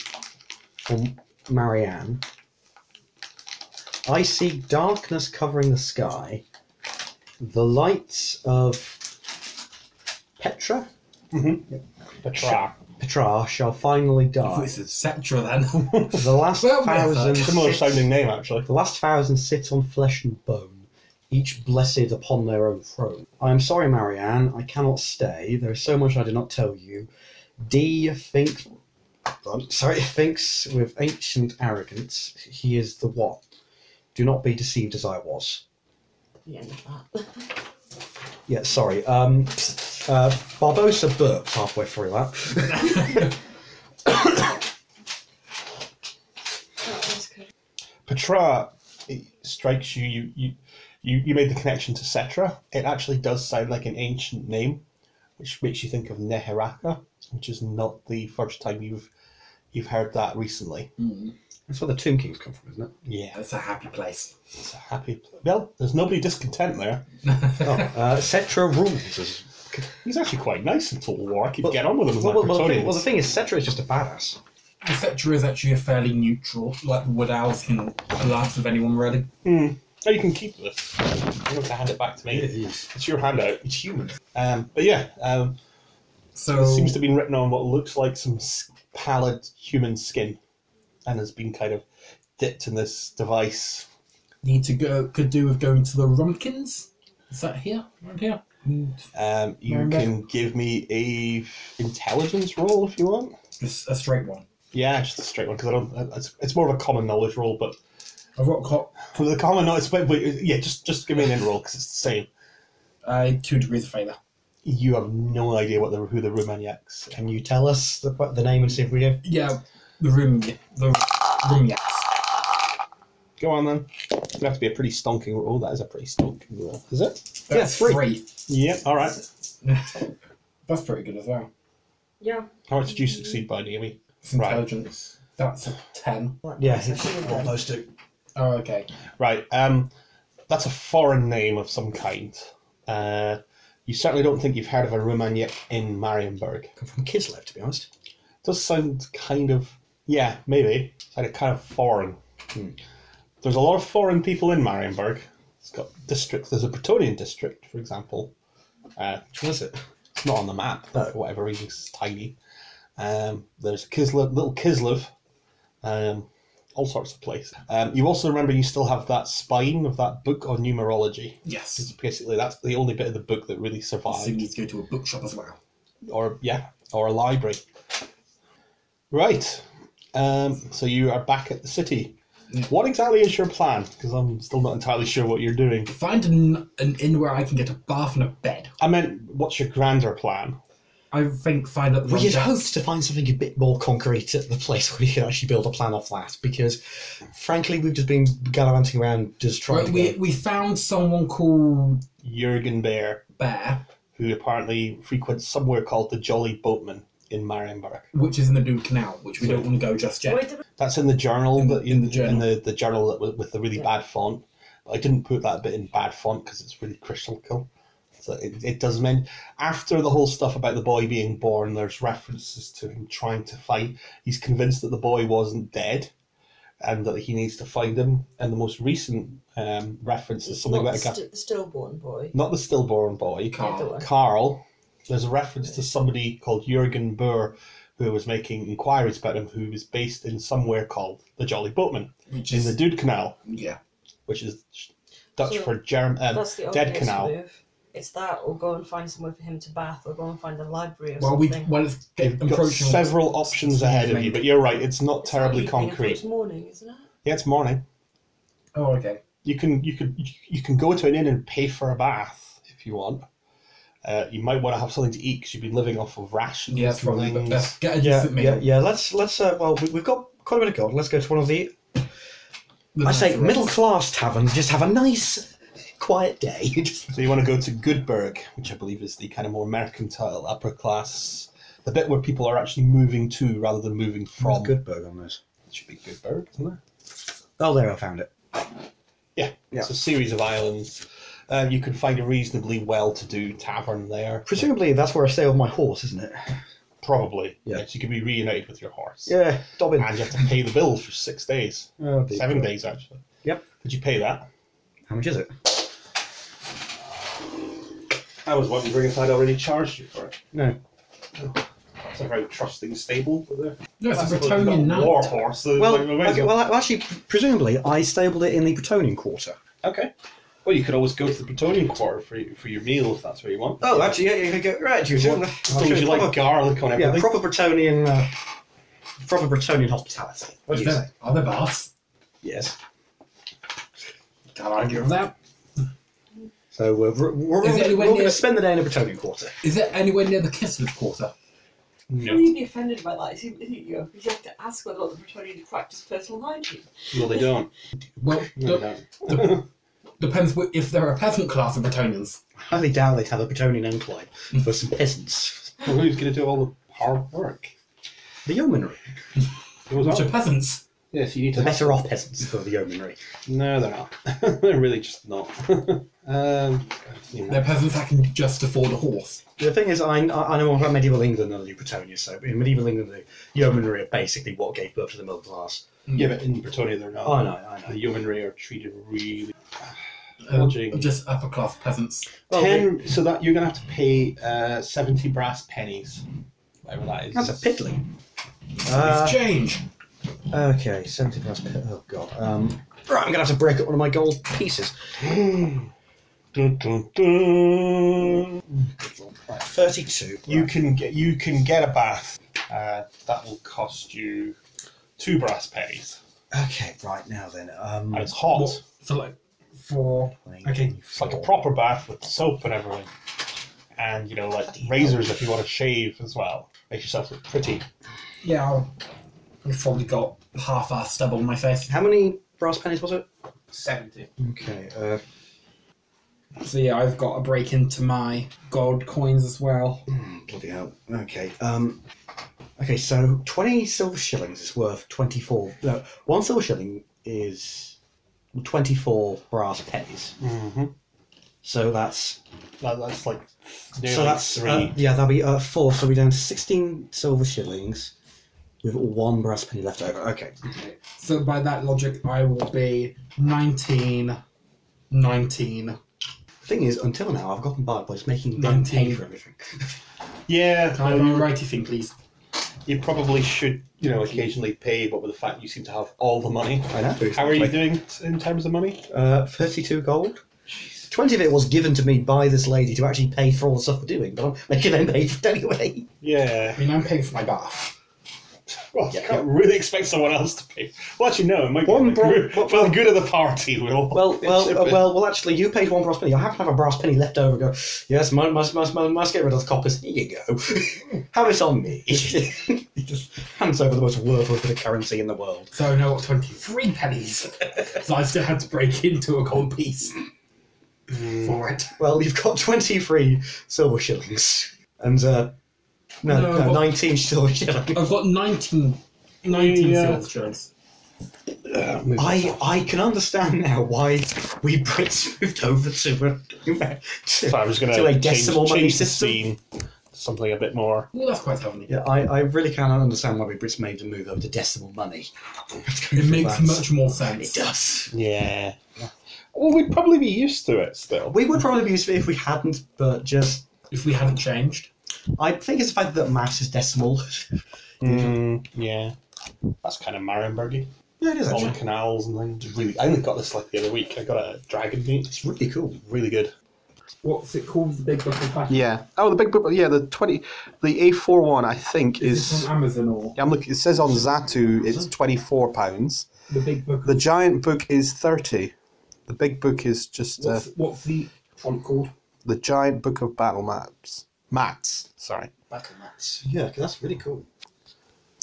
Speaker 1: for Marianne. I see darkness covering the sky. The lights of Petra,
Speaker 2: The trap.
Speaker 1: Petra shall finally die.
Speaker 5: This is Cetra then.
Speaker 1: The last
Speaker 5: Well,
Speaker 1: thousand,
Speaker 5: method.
Speaker 2: Similar
Speaker 1: sit,
Speaker 2: sounding name, actually.
Speaker 1: the last thousand sit on flesh and bone, each blessed upon their own throne. I am sorry, Marianne, I cannot stay. There is so much I did not tell you. D thinks, um, sorry, thinks with ancient arrogance he is the what. Do not be deceived as I was.
Speaker 4: The end of that.
Speaker 1: Yeah, sorry. Um, uh, Barbosa burped halfway through that.
Speaker 4: That was Oh, good.
Speaker 2: Petra it strikes you. You, you, you, you made the connection to Cetra. It actually does sound like an ancient name, which makes you think of Neheraka, which is not the first time you've you've heard that recently.
Speaker 5: Mm,
Speaker 1: That's where the Tomb Kings come from, isn't it?
Speaker 2: Yeah,
Speaker 5: That's a happy place.
Speaker 2: it's a happy. pl- Well, there's nobody discontent there.
Speaker 1: Oh, uh, Cetra rules. is-
Speaker 2: He's actually quite nice in Total War. I keep
Speaker 1: Well-
Speaker 2: getting on with him.
Speaker 1: Well, well, well, the
Speaker 2: Well,
Speaker 1: thing, well, the thing is, Cetra is just a badass.
Speaker 5: Cetra is actually a fairly neutral, like the Wood Owls in Alliance with Anyone Ready.
Speaker 2: Oh, you can keep this. You don't have to hand it back to me.
Speaker 1: is.
Speaker 2: It's your handout.
Speaker 1: It's human.
Speaker 2: Um, but yeah, um,
Speaker 5: So
Speaker 2: It seems to have been written on what looks like some s- pallid human skin and has been kind of dipped in this device.
Speaker 5: need to go. Could do with going to the Rumpkins. Is that here? Right here. Mm,
Speaker 2: Um, you
Speaker 5: Very
Speaker 2: can give me a intelligence roll if you want.
Speaker 5: Just a straight one.
Speaker 2: Yeah, just a straight one because I don't. uh, It's, it's more of a common knowledge roll, but
Speaker 5: A rock hot.
Speaker 2: for the common knowledge, but, but yeah, just just give me an in roll because it's the same.
Speaker 5: Uh, two degrees of failure.
Speaker 2: You have no idea what the who the Romaniacs.
Speaker 1: Can you tell us the, the name and see if we do?
Speaker 5: Yeah, the room. The room. Yes.
Speaker 2: Go on then. It's gonna have to be a pretty stonking roll. That is a pretty stonking roll, is it?
Speaker 1: Yeah,
Speaker 5: That's
Speaker 1: three.
Speaker 2: Yeah. All right.
Speaker 5: That's pretty good as well.
Speaker 4: Yeah.
Speaker 2: How much did you succeed by, Naomi?
Speaker 5: It's
Speaker 2: Right.
Speaker 5: intelligence. That's a ten.
Speaker 1: Yeah,
Speaker 4: That's actually
Speaker 1: well,
Speaker 4: good.
Speaker 1: those two.
Speaker 5: Oh, okay.
Speaker 2: Right. Um, that's a foreign name of some kind. Uh, you certainly don't think you've heard of a Romagnac in Marienburg.
Speaker 1: Come from Kislev, to be honest.
Speaker 2: does sound kind of yeah, maybe. Sounded kind of foreign. Hmm. There's a lot of foreign people in Marienburg. It's got districts. There's a Bretonian district, for example. Uh,
Speaker 1: Which one is it?
Speaker 2: it's not on the map
Speaker 1: No.
Speaker 2: for whatever reason. 'cause It's tiny. Um, there's Kislev, little Kislev, um, all sorts of places. Um, you also remember you still have that spine of that book on numerology. It's
Speaker 5: Yes.
Speaker 2: basically that's the only bit of the book that really
Speaker 5: So you
Speaker 2: survived,
Speaker 5: need to go to a bookshop as well.
Speaker 2: or yeah, or a library. Right. Um, so you are back at the city.
Speaker 5: Yeah.
Speaker 2: What exactly is your plan? Because I'm still not entirely sure what you're doing.
Speaker 5: Find an, an inn where I can get a bath and a bed.
Speaker 2: I meant, what's your grander plan?
Speaker 5: I think find out the
Speaker 1: We had
Speaker 5: Rumpkins-
Speaker 1: hoped to find something a bit more concrete at the place where we could actually build a plan off that, because frankly, we've just been gallivanting around just trying
Speaker 5: Right,
Speaker 1: to.
Speaker 5: we,
Speaker 1: go-
Speaker 5: we found someone called
Speaker 2: Jurgen Bear.
Speaker 5: Bear,
Speaker 2: who apparently frequents somewhere called the Jolly Boatman in Marienburg.
Speaker 5: which is in the Blue Canal, which we don't want to go just yet.
Speaker 4: Wait, the-
Speaker 2: That's in the journal
Speaker 5: In the-
Speaker 2: that
Speaker 5: in the journal.
Speaker 2: the, the journal that with, with the really bad font. I didn't put that bit in bad font because it's really critical. So it, it does mean after the whole stuff about the boy being born, there's references to him trying to fight. He's convinced that the boy wasn't dead, and that he needs to find him. And the most recent um, reference is something
Speaker 4: not
Speaker 2: about
Speaker 4: the
Speaker 2: a guy,
Speaker 4: st- the stillborn boy.
Speaker 2: not the stillborn boy,
Speaker 4: Yeah, the
Speaker 5: Carl.
Speaker 4: one.
Speaker 2: Carl, there's a reference to somebody called Jurgen Boer who was making inquiries about him, who was based in somewhere called the Jolly Boatman
Speaker 5: Which
Speaker 2: in the
Speaker 5: is,
Speaker 2: Dude Canal,
Speaker 5: yeah.
Speaker 2: which is Dutch
Speaker 4: So-
Speaker 2: for germ, um,
Speaker 4: That's the
Speaker 2: Dead
Speaker 4: obvious
Speaker 2: canal.
Speaker 4: move. It's that, or go and find somewhere for him to bath, or go and find a library or
Speaker 5: Well, we
Speaker 4: something.
Speaker 5: well, it's
Speaker 2: You've
Speaker 5: getting
Speaker 2: got
Speaker 5: approaching.
Speaker 2: several options ahead of you, but you're right. It's not
Speaker 4: It's not
Speaker 2: terribly
Speaker 4: evening, I thought
Speaker 2: concrete.
Speaker 4: It's morning, isn't it?
Speaker 2: Yeah, it's morning.
Speaker 5: Oh, okay.
Speaker 2: You can you could you can go to an inn and pay for a bath if you want. Uh, you might want to have something to eat because you've been living off of rations.
Speaker 5: Yeah, that's probably the
Speaker 2: things.
Speaker 5: best. Get a
Speaker 1: Yeah,
Speaker 5: decent meal.
Speaker 1: yeah, yeah. Let's let's. Uh, well, we, we've got quite a bit of gold. Let's go to one of the.
Speaker 5: The
Speaker 1: I say
Speaker 5: nice
Speaker 1: middle
Speaker 5: rest.
Speaker 1: class taverns. Just have a nice, quiet day. Just-
Speaker 2: So you want to go to Goodburg, which I believe is the kind of more mercantile upper class, the bit where people are actually moving to rather than moving from.
Speaker 1: Good burger on this.
Speaker 2: It should be Goodburg, isn't it?
Speaker 1: Oh, there I found it. Yeah.
Speaker 2: It's a series of islands. Uh, you can find a reasonably well-to-do tavern there.
Speaker 1: Presumably that's where I stay with my horse, isn't it?
Speaker 2: Probably.
Speaker 1: Yeah.
Speaker 2: Yes, you can be reunited with your horse.
Speaker 1: Yeah, Dobbin.
Speaker 2: And you have to pay the bill for six days.
Speaker 1: Oh, dear.
Speaker 2: Seven days, actually.
Speaker 1: Yep.
Speaker 2: Did you pay that?
Speaker 1: How much is it?
Speaker 2: I was wondering if I'd already charged you for it.
Speaker 1: No.
Speaker 2: It's a very trusting stable. There.
Speaker 5: No, it's a Bretonian knight.
Speaker 2: war horse. so
Speaker 1: Well,
Speaker 2: like, we might as
Speaker 1: okay, well, actually, presumably I stabled it in the Bretonian quarter.
Speaker 2: Okay. Well, you could always go to the Bretonian Quarter for, y- for your meal if that's what you want.
Speaker 1: Oh, actually, yeah, you could go right. You
Speaker 2: As long
Speaker 1: should.
Speaker 2: as long as you like garlic on
Speaker 1: yeah,
Speaker 2: everything.
Speaker 1: proper Bretonian, uh, proper Bretonian hospitality.
Speaker 5: What's
Speaker 1: Yes.
Speaker 5: that? Other baths.
Speaker 1: Yes.
Speaker 5: Can't argue with that.
Speaker 1: So we're we're, we're,
Speaker 5: Is
Speaker 1: we're,
Speaker 5: anyone
Speaker 1: going
Speaker 5: near-
Speaker 1: to spend the day in a Bretonian quarter.
Speaker 5: Is it anywhere near the Kislev quarter?
Speaker 4: How would you be offended by that? You, you, know, you have to ask whether or not the Bretonians practice personal hygiene.
Speaker 2: Well, they don't.
Speaker 5: Well,
Speaker 2: No,
Speaker 5: de-
Speaker 2: they don't.
Speaker 5: the- depends wh- if there are a peasant class of Bretonians.
Speaker 1: I highly doubt they'd have a Bretonian enclave for some peasants.
Speaker 2: well, who's going to do all the hard work?
Speaker 1: The yeomanry.
Speaker 2: It was
Speaker 5: Which are
Speaker 2: all-
Speaker 5: peasants.
Speaker 2: Yes, you need
Speaker 1: The
Speaker 2: to.
Speaker 1: better off peasants for the yeomanry.
Speaker 2: No, they're not. they're really just not. um, you know.
Speaker 5: They're peasants that can just afford a horse.
Speaker 1: The thing is, I, I know more about medieval England than I do Bretonia, so in medieval England, the yeomanry are basically what gave birth to the middle class.
Speaker 2: Yeah, but in Bretonia they're not.
Speaker 1: Oh, I know, I
Speaker 2: The
Speaker 1: know.
Speaker 2: yeomanry are treated really.
Speaker 5: Um,
Speaker 2: Lodging.
Speaker 5: just upper class peasants.
Speaker 1: Well,
Speaker 2: Ten, so that you're gonna have to pay uh, seventy brass pennies, whatever that is.
Speaker 1: That's a piddling. Uh,
Speaker 5: Exchange.
Speaker 1: okay, 70 plus pit. Oh, God. Um, right, I'm going to have to break up one of my gold pieces.
Speaker 2: Dun, dun, dun.
Speaker 1: Right, 32.
Speaker 2: You can get you can get a bath. Uh, that will cost you two brass pennies.
Speaker 1: Okay, right now then. Um,
Speaker 2: And it's hot.
Speaker 5: What? So like for okay.
Speaker 2: It's like a proper bath with soap and everything. And you know, like razors if you want to shave as well. Make yourself look pretty.
Speaker 5: Yeah, I'll, I've probably got half our stub on my face.
Speaker 1: How many brass pennies was it?
Speaker 2: Seventy.
Speaker 1: Okay, uh,
Speaker 5: So yeah, I've got a break into my gold coins as well.
Speaker 1: hmm, bloody hell. Okay, um, okay, so 20 silver shillings is worth 24. No, one silver shilling is 24 brass pennies.
Speaker 2: Mm-hmm.
Speaker 1: So that's
Speaker 2: That, that's like nearly
Speaker 1: so that's
Speaker 2: three.
Speaker 1: uh, yeah, that'll be uh, four. So we're down to sixteen silver shillings with one brass penny left over. Okay.
Speaker 5: So by that logic, I will be 19, 19.
Speaker 1: Thing is, until now, I've gotten by by just making them pay
Speaker 5: Nineteen.
Speaker 1: for everything.
Speaker 2: yeah,
Speaker 5: Can I have
Speaker 2: no,
Speaker 5: my
Speaker 2: you-
Speaker 5: righty thing, please?
Speaker 2: you probably should, you know, occasionally pay, but with the fact you seem to have all the money.
Speaker 1: I know.
Speaker 2: How are you doing in terms of money?
Speaker 1: Uh, Thirty-two gold. Twenty of it was given to me by this lady to actually pay for all the stuff we're doing, but I'm making them pay for it anyway.
Speaker 2: Yeah.
Speaker 5: I mean, I'm paying for my bath.
Speaker 2: Well, you
Speaker 1: Yeah,
Speaker 2: can't really expect someone else to pay. Well, actually, no. It might
Speaker 1: One
Speaker 2: be for the
Speaker 1: bro-
Speaker 2: good-
Speaker 1: what-
Speaker 2: for the good of the party. We'll all
Speaker 1: Well, well,
Speaker 2: chip
Speaker 1: uh,
Speaker 2: in.
Speaker 1: well, well. Actually, you paid one brass penny. I have to have a brass penny left over. Go. Yes, must, must, must, must, must get rid of the coppers. Here you go. have it on me. he just hands over the most worthless bit of currency in the world.
Speaker 5: So I know what 23 pennies. so I still had to break into a gold piece
Speaker 2: Mm.
Speaker 5: for it.
Speaker 1: Well, you've got 23 silver shillings. And, uh, no, no,
Speaker 5: No, but-
Speaker 1: 19 silver shillings.
Speaker 5: I've got 19, 19
Speaker 2: Yeah.
Speaker 5: silver shillings.
Speaker 1: I, I can understand now why we Brits moved over to a.
Speaker 2: So I was going
Speaker 1: to a
Speaker 2: to
Speaker 1: decimal
Speaker 2: change,
Speaker 1: money
Speaker 2: change the
Speaker 1: system.
Speaker 2: scene to something a bit more.
Speaker 5: Well, that's quite heavenly.
Speaker 1: Yeah, I, I really can't understand why we Brits made the move over to decimal money.
Speaker 5: It makes
Speaker 1: That's-
Speaker 5: much more
Speaker 1: It
Speaker 5: sense.
Speaker 1: does.
Speaker 2: Yeah. Well, we'd probably be used to it still.
Speaker 1: We would probably be used to it if we hadn't, but just.
Speaker 5: If we hadn't changed.
Speaker 1: I think it's the fact that maths is decimal.
Speaker 2: Mm, yeah. That's kind of Marienburgy.
Speaker 1: Yeah, it is
Speaker 7: all
Speaker 1: actually.
Speaker 7: the
Speaker 5: Oh,
Speaker 7: canals and things. It's Really, I only got this like the other week. I got a dragon meat. It's really cool. Really good.
Speaker 5: What's it called? The Big Buffalo Package?
Speaker 2: Yeah. Oh, the big book. Yeah, the twenty, the A4 one I think
Speaker 5: Is it
Speaker 2: is.
Speaker 5: from Amazon or
Speaker 2: Yeah, I'm looking. It says on Zatu it's twenty four pounds.
Speaker 5: the Big Book?
Speaker 2: The giant book is thirty. The big book is just uh,
Speaker 5: What's, what's the font called?
Speaker 2: the giant book of battle maps. Mats. Sorry.
Speaker 1: Battle mats. Yeah, 'cause that's really cool.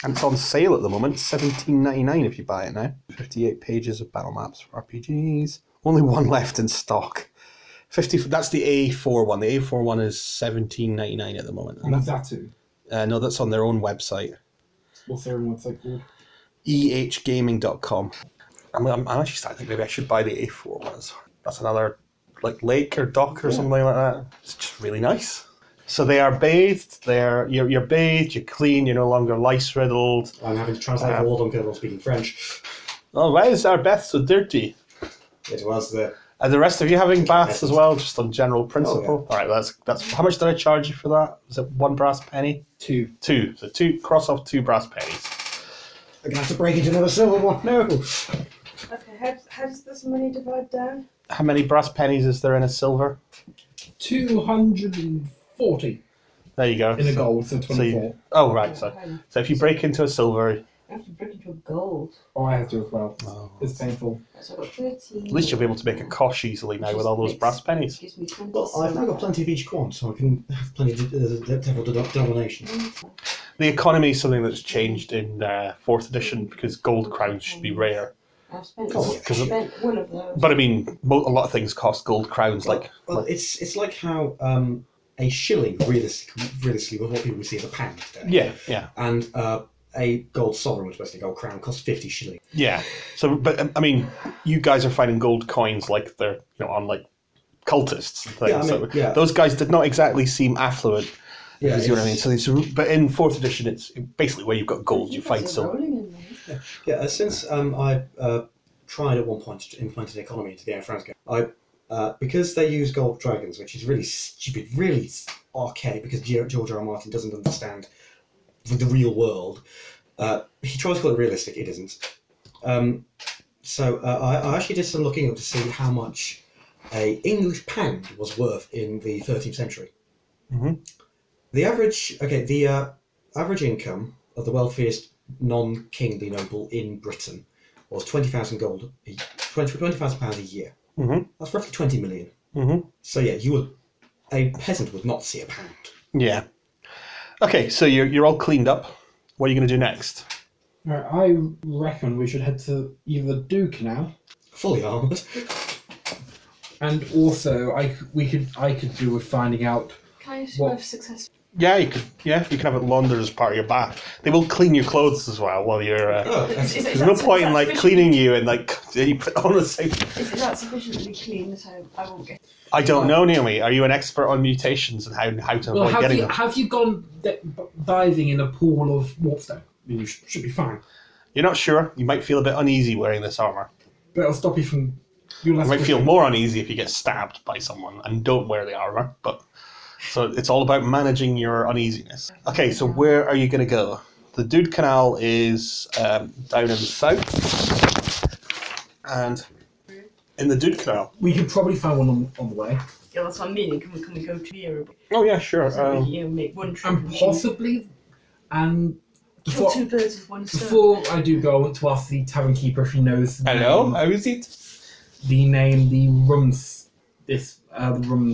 Speaker 2: And it's on sale at the moment, seventeen ninety nine if you buy it now. Fifty eight pages of battle maps for RPGs. Only one left in stock. Fifty. That's the A four one. The A four one is seventeen ninety nine at the moment.
Speaker 5: And that's Zatu.
Speaker 2: Uh, no, that's on their own website,
Speaker 5: What's their own website called?
Speaker 2: E ehgaming.com. I'm, I'm, I'm actually starting to think maybe I should buy the A4 ones. That's another like lake or dock or something like that. It's just really nice. So they are bathed. They're you're, you're bathed. You're clean. You're no longer lice riddled.
Speaker 1: I'm having to translate for all of them because I'm not speaking French.
Speaker 2: Oh, why is our bath so dirty?
Speaker 1: It was the
Speaker 2: Are the rest of you having baths as well, just on general principle?
Speaker 1: Oh,
Speaker 2: All right, that's that's how much did I charge you for that? Was Uh, it one brass penny?
Speaker 5: Two.
Speaker 2: Two. So two cross off two brass pennies.
Speaker 1: I'm gonna have to break into another silver one. No.
Speaker 4: Okay, how, how does this money divide down?
Speaker 2: How many brass pennies is there in a silver?
Speaker 5: 240
Speaker 2: There you go.
Speaker 5: in a
Speaker 2: So-
Speaker 5: gold, so
Speaker 2: So you-
Speaker 5: 24.
Speaker 2: oh right, so
Speaker 4: I
Speaker 2: so if you break into a silver,
Speaker 4: have to break into a gold.
Speaker 5: Oh, I have to as well.
Speaker 2: Oh.
Speaker 5: It's painful.
Speaker 4: So I've got 13.
Speaker 2: at least you'll be able to make a kosh easily now with all those brass pennies.
Speaker 4: Gives me 20
Speaker 1: Well, I've now got plenty of each quant, so I can have plenty of uh, several dedu- denominations.
Speaker 2: The economy is something that's changed in uh, fourth edition because gold crowns should be rare.
Speaker 4: I've spent,
Speaker 1: Oh,
Speaker 4: I've
Speaker 2: 'cause it-
Speaker 4: spent one of those.
Speaker 2: But I mean, mo- a lot of things cost gold crowns. Like
Speaker 1: Well, it's it's like how um, a shilling, realistically, realistically, what people would see as a pound today.
Speaker 2: yeah, yeah,
Speaker 1: And uh, a gold sovereign, which is basically a gold crown, costs 50 shillings.
Speaker 2: yeah. So, but um, I mean, you guys are finding gold coins like they're you know on like cultists and things.
Speaker 1: Yeah, I mean,
Speaker 2: so
Speaker 1: yeah.
Speaker 2: those guys did not exactly seem affluent.
Speaker 1: Yeah,
Speaker 2: you see what I mean?
Speaker 1: it's-
Speaker 2: So, these, but in fourth edition, it's basically where you've got gold, you
Speaker 4: guys
Speaker 2: find
Speaker 4: are
Speaker 2: silver.
Speaker 4: rolling in these.
Speaker 1: Yeah, uh, since um, I uh, tried at one point to implement an economy into the Air France game, I uh, because they use gold dragons, which is really stupid, really s- archaic, because Ge- George R. R. Martin doesn't understand the, the real world. Uh, he tries to call it realistic, it isn't. Um, so uh, I, I actually did some looking up to see how much a English pound was worth in the 13th century.
Speaker 2: Mhm.
Speaker 1: The average, okay, the uh, average income of the wealthiest non-kingly noble in Britain was twenty thousand gold, a- twenty thousand pounds a year.
Speaker 2: Mhm.
Speaker 1: That's roughly twenty million.
Speaker 2: Mm-hmm.
Speaker 1: So yeah, you would a peasant would not see a pound.
Speaker 2: Yeah. Okay, so you're, you're all cleaned up. What are you going to do next?
Speaker 5: Right, I reckon we should head to either Do Canal,
Speaker 1: Fully armored.
Speaker 5: and also I c- we could I could do with finding out.
Speaker 4: Can I assume
Speaker 5: What?
Speaker 4: I've successfully
Speaker 2: Yeah, you could. Yeah, you can have it laundered as part of your bath. They will clean your clothes as well while you're. Uh,
Speaker 1: Oh,
Speaker 4: Is- is
Speaker 1: excellent.
Speaker 4: it-
Speaker 2: there's no
Speaker 4: that-
Speaker 2: point in
Speaker 4: that's
Speaker 2: like
Speaker 4: fishy.
Speaker 2: cleaning you and like you put on the same.
Speaker 4: is it not sufficiently clean that I, I won't get
Speaker 2: I don't know, Naomi. Are you an expert on mutations and how how to
Speaker 5: Well,
Speaker 2: avoid
Speaker 5: have
Speaker 2: getting
Speaker 5: you
Speaker 2: them?
Speaker 5: have you gone d- b- diving in a pool of warpstone? You sh- should be fine,
Speaker 2: You're not sure. You might feel a bit uneasy wearing this armor.
Speaker 5: but it'll stop you from. You'll
Speaker 2: You
Speaker 5: have
Speaker 2: might
Speaker 5: to-
Speaker 2: feel more uneasy if you get stabbed by someone and don't wear the armor. But so it's all about managing your uneasiness. Okay, so where are you going to go? The Dude Canal is um, down in the south, and in the Dude Canal.
Speaker 5: We could probably find one on, on the way,
Speaker 4: Yeah, that's what I'm meaning. Can we, can we go to Europe?
Speaker 2: Oh yeah, sure.
Speaker 4: So we
Speaker 2: Um,
Speaker 4: can, you know, make one trip.
Speaker 5: and possibly, uh, and
Speaker 4: Kill
Speaker 5: before,
Speaker 4: two birds with one stone.
Speaker 5: before I do go, I want to ask the tavern keeper if he knows. the name-
Speaker 2: how is it?
Speaker 5: The name, the rums, this uh, the rum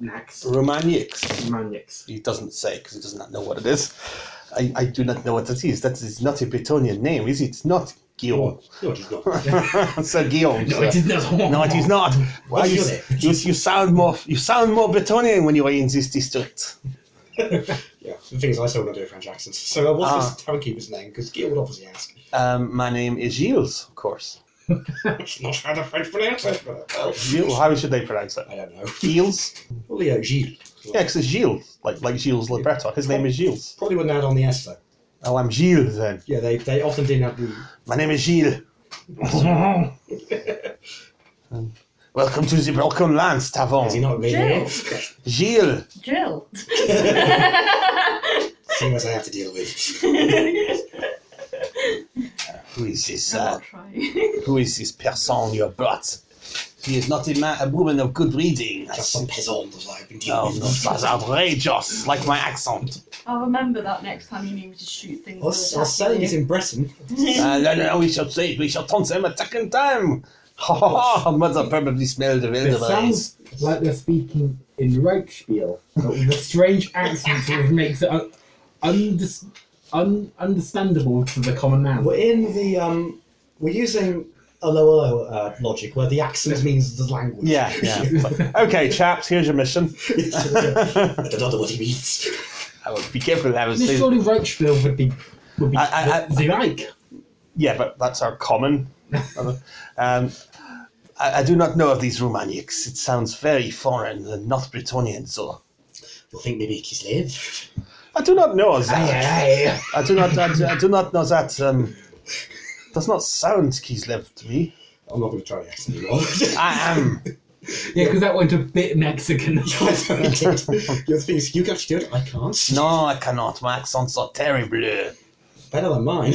Speaker 5: next
Speaker 2: Romaniacs.
Speaker 5: maniacs.
Speaker 2: He doesn't say because he does not know what it is. I, I do not know what it is. That is not a Bretonian name, is it? Not Guillaume.
Speaker 1: No, it is not.
Speaker 2: Sir Guillaume.
Speaker 5: No,
Speaker 2: sir.
Speaker 5: it is not.
Speaker 2: No, it is not. Why
Speaker 1: What's
Speaker 2: you,
Speaker 1: your name?
Speaker 2: you, you sound more you sound more Bretonian when you are in this district.
Speaker 1: Yeah, the thing is, I still don't do a French accent. So uh, what's
Speaker 2: Ah.
Speaker 1: this town keeper's name? Because Gil would obviously ask.
Speaker 2: Um, my name is Gilles, of course.
Speaker 1: It's not how the French pronounce it, but well,
Speaker 2: Gilles, how should they pronounce it?
Speaker 1: I don't know.
Speaker 2: Gilles?
Speaker 1: Well, yeah, Gilles.
Speaker 2: Yeah, 'cause it's Gilles, like like Gilles Le Breton. His name is Gilles.
Speaker 1: Probably wouldn't add on the S though.
Speaker 2: Oh, I'm Gilles then.
Speaker 1: Yeah, they, they often didn't have the.
Speaker 2: My name is Gilles. Welcome to the Broken Lands
Speaker 1: Is he
Speaker 2: Tavern.
Speaker 1: not really?
Speaker 4: Jill.
Speaker 2: Gilles.
Speaker 4: Jill.
Speaker 1: Seeing as I have to deal with.
Speaker 4: Jill.
Speaker 2: Who
Speaker 3: is this?
Speaker 4: I'm
Speaker 3: Uh,
Speaker 4: not trying.
Speaker 3: who is this person you have brought? He is not a man, a woman of good reading. I
Speaker 1: Just some
Speaker 3: see. Oh,
Speaker 1: peasant that I've been
Speaker 3: No,
Speaker 1: dealing
Speaker 3: no,
Speaker 1: with.
Speaker 3: that's outrageous. Like my accent.
Speaker 4: I'll remember that next time you need me to shoot things.
Speaker 8: Us,
Speaker 4: with a
Speaker 8: us saying it's
Speaker 4: dagger.
Speaker 8: in Breton.
Speaker 3: Uh, no, no, no, we shall say it. We shall taunt them a second time. Ha ha ha! Mother probably smelled the
Speaker 5: It
Speaker 3: wildebeest.
Speaker 5: sounds like they're speaking in Rokespiel, but with a strange accent which makes it un- undis- un- understandable to the common man.
Speaker 8: We're in the um, we're using a lower low uh, logic where the accent means the language.
Speaker 3: Yeah, yeah. But- okay, chaps, here's your mission.
Speaker 1: I don't know what he means.
Speaker 3: I would be careful. I was
Speaker 5: This surely Rokespiel would be would be
Speaker 3: I- I- I-
Speaker 5: what they like.
Speaker 3: Yeah, but that's our common. um, I, I do not know of these Romaniacs. It sounds very foreign and not Bretonian, so.
Speaker 1: You think maybe he's slave?
Speaker 3: I do not know of that.
Speaker 1: Aye, aye,
Speaker 3: I do not. I do, I do not know that. Um, does not sound Kislev to me.
Speaker 1: I'm not going to try the accent anymore.
Speaker 3: I am.
Speaker 5: Yeah, because that went a bit Mexican.
Speaker 1: the thing is, you can actually do it. I can't.
Speaker 3: No, I cannot. My accents are terrible.
Speaker 1: Better than mine.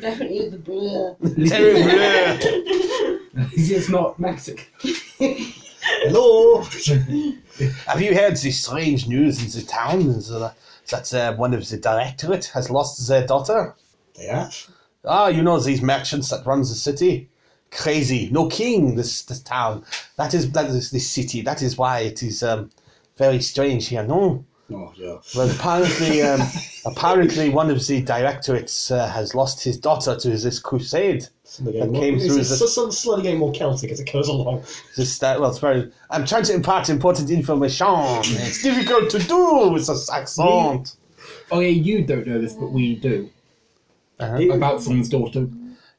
Speaker 4: Definitely the blur.
Speaker 3: Terrible.
Speaker 5: it's not Mexican.
Speaker 1: Hello.
Speaker 3: Have you heard the strange news in the town that, that uh, one of the directorate has lost their daughter?
Speaker 1: Yeah.
Speaker 3: Ah, you know these merchants that runs the city. Crazy. No king. This this town. That is that is this city. That is why it is um, very strange here. No.
Speaker 1: Oh, yeah.
Speaker 3: Well, apparently, um, apparently one of the directorates uh, has lost his daughter to this crusade.
Speaker 1: Some game more-
Speaker 3: came
Speaker 1: it's-
Speaker 3: through
Speaker 1: it's
Speaker 3: the-
Speaker 1: so- Some slightly getting more Celtic as it goes along.
Speaker 3: This uh, well, it's very. I'm trying to impart important information. It's difficult to do with this accent.
Speaker 5: Oh yeah, you don't know this, but we do.
Speaker 3: Uh-huh.
Speaker 5: About someone's daughter.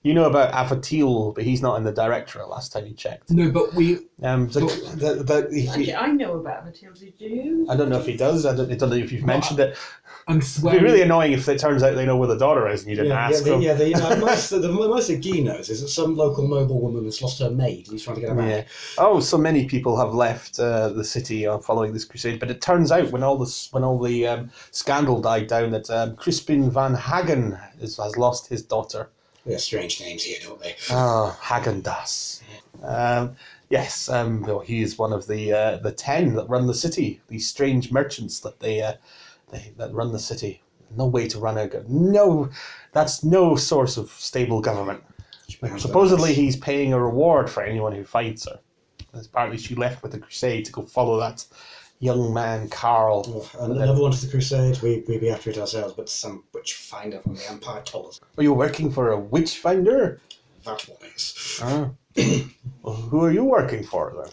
Speaker 3: You know about Afatil, but he's not in the directorate. Last time you checked,
Speaker 5: No, but we
Speaker 3: um, the, the, the,
Speaker 4: Actually,
Speaker 3: he,
Speaker 4: I know about Matilda, do you?
Speaker 3: I don't know if he does. I don't, I don't know if you've mentioned it.
Speaker 5: I'm
Speaker 3: It'd
Speaker 5: swearing
Speaker 3: be really annoying if it turns out they know where the daughter is and you didn't
Speaker 1: yeah,
Speaker 3: ask
Speaker 1: yeah,
Speaker 3: them.
Speaker 1: The, yeah, the, uh, most, the, the most that Guy knows is that some local noblewoman has lost her maid and he's trying to get her back.
Speaker 3: Yeah. Oh, so many people have left uh, the city uh, following this crusade. But it turns out when all this, when all the um, scandal died down, that um, Crispin van Hagen is, has lost his daughter.
Speaker 1: They have strange names here, don't they?
Speaker 3: Ah, Hagen Das. Um, yes, um, well, he is one of the uh, the ten that run the city. These strange merchants that they, uh, they that run the city. No way to run a go- no. That's no source of stable government. Supposedly, he's paying a reward for anyone who finds her. Because Apparently, she left with the crusade to go follow that young man, Carl.
Speaker 1: Oh, and another one to the Crusades. We we be after it ourselves, but some witch finder from the Empire told us
Speaker 3: Are you working for a witch finder?
Speaker 1: that one is.
Speaker 3: Ah. well, who are you working for then?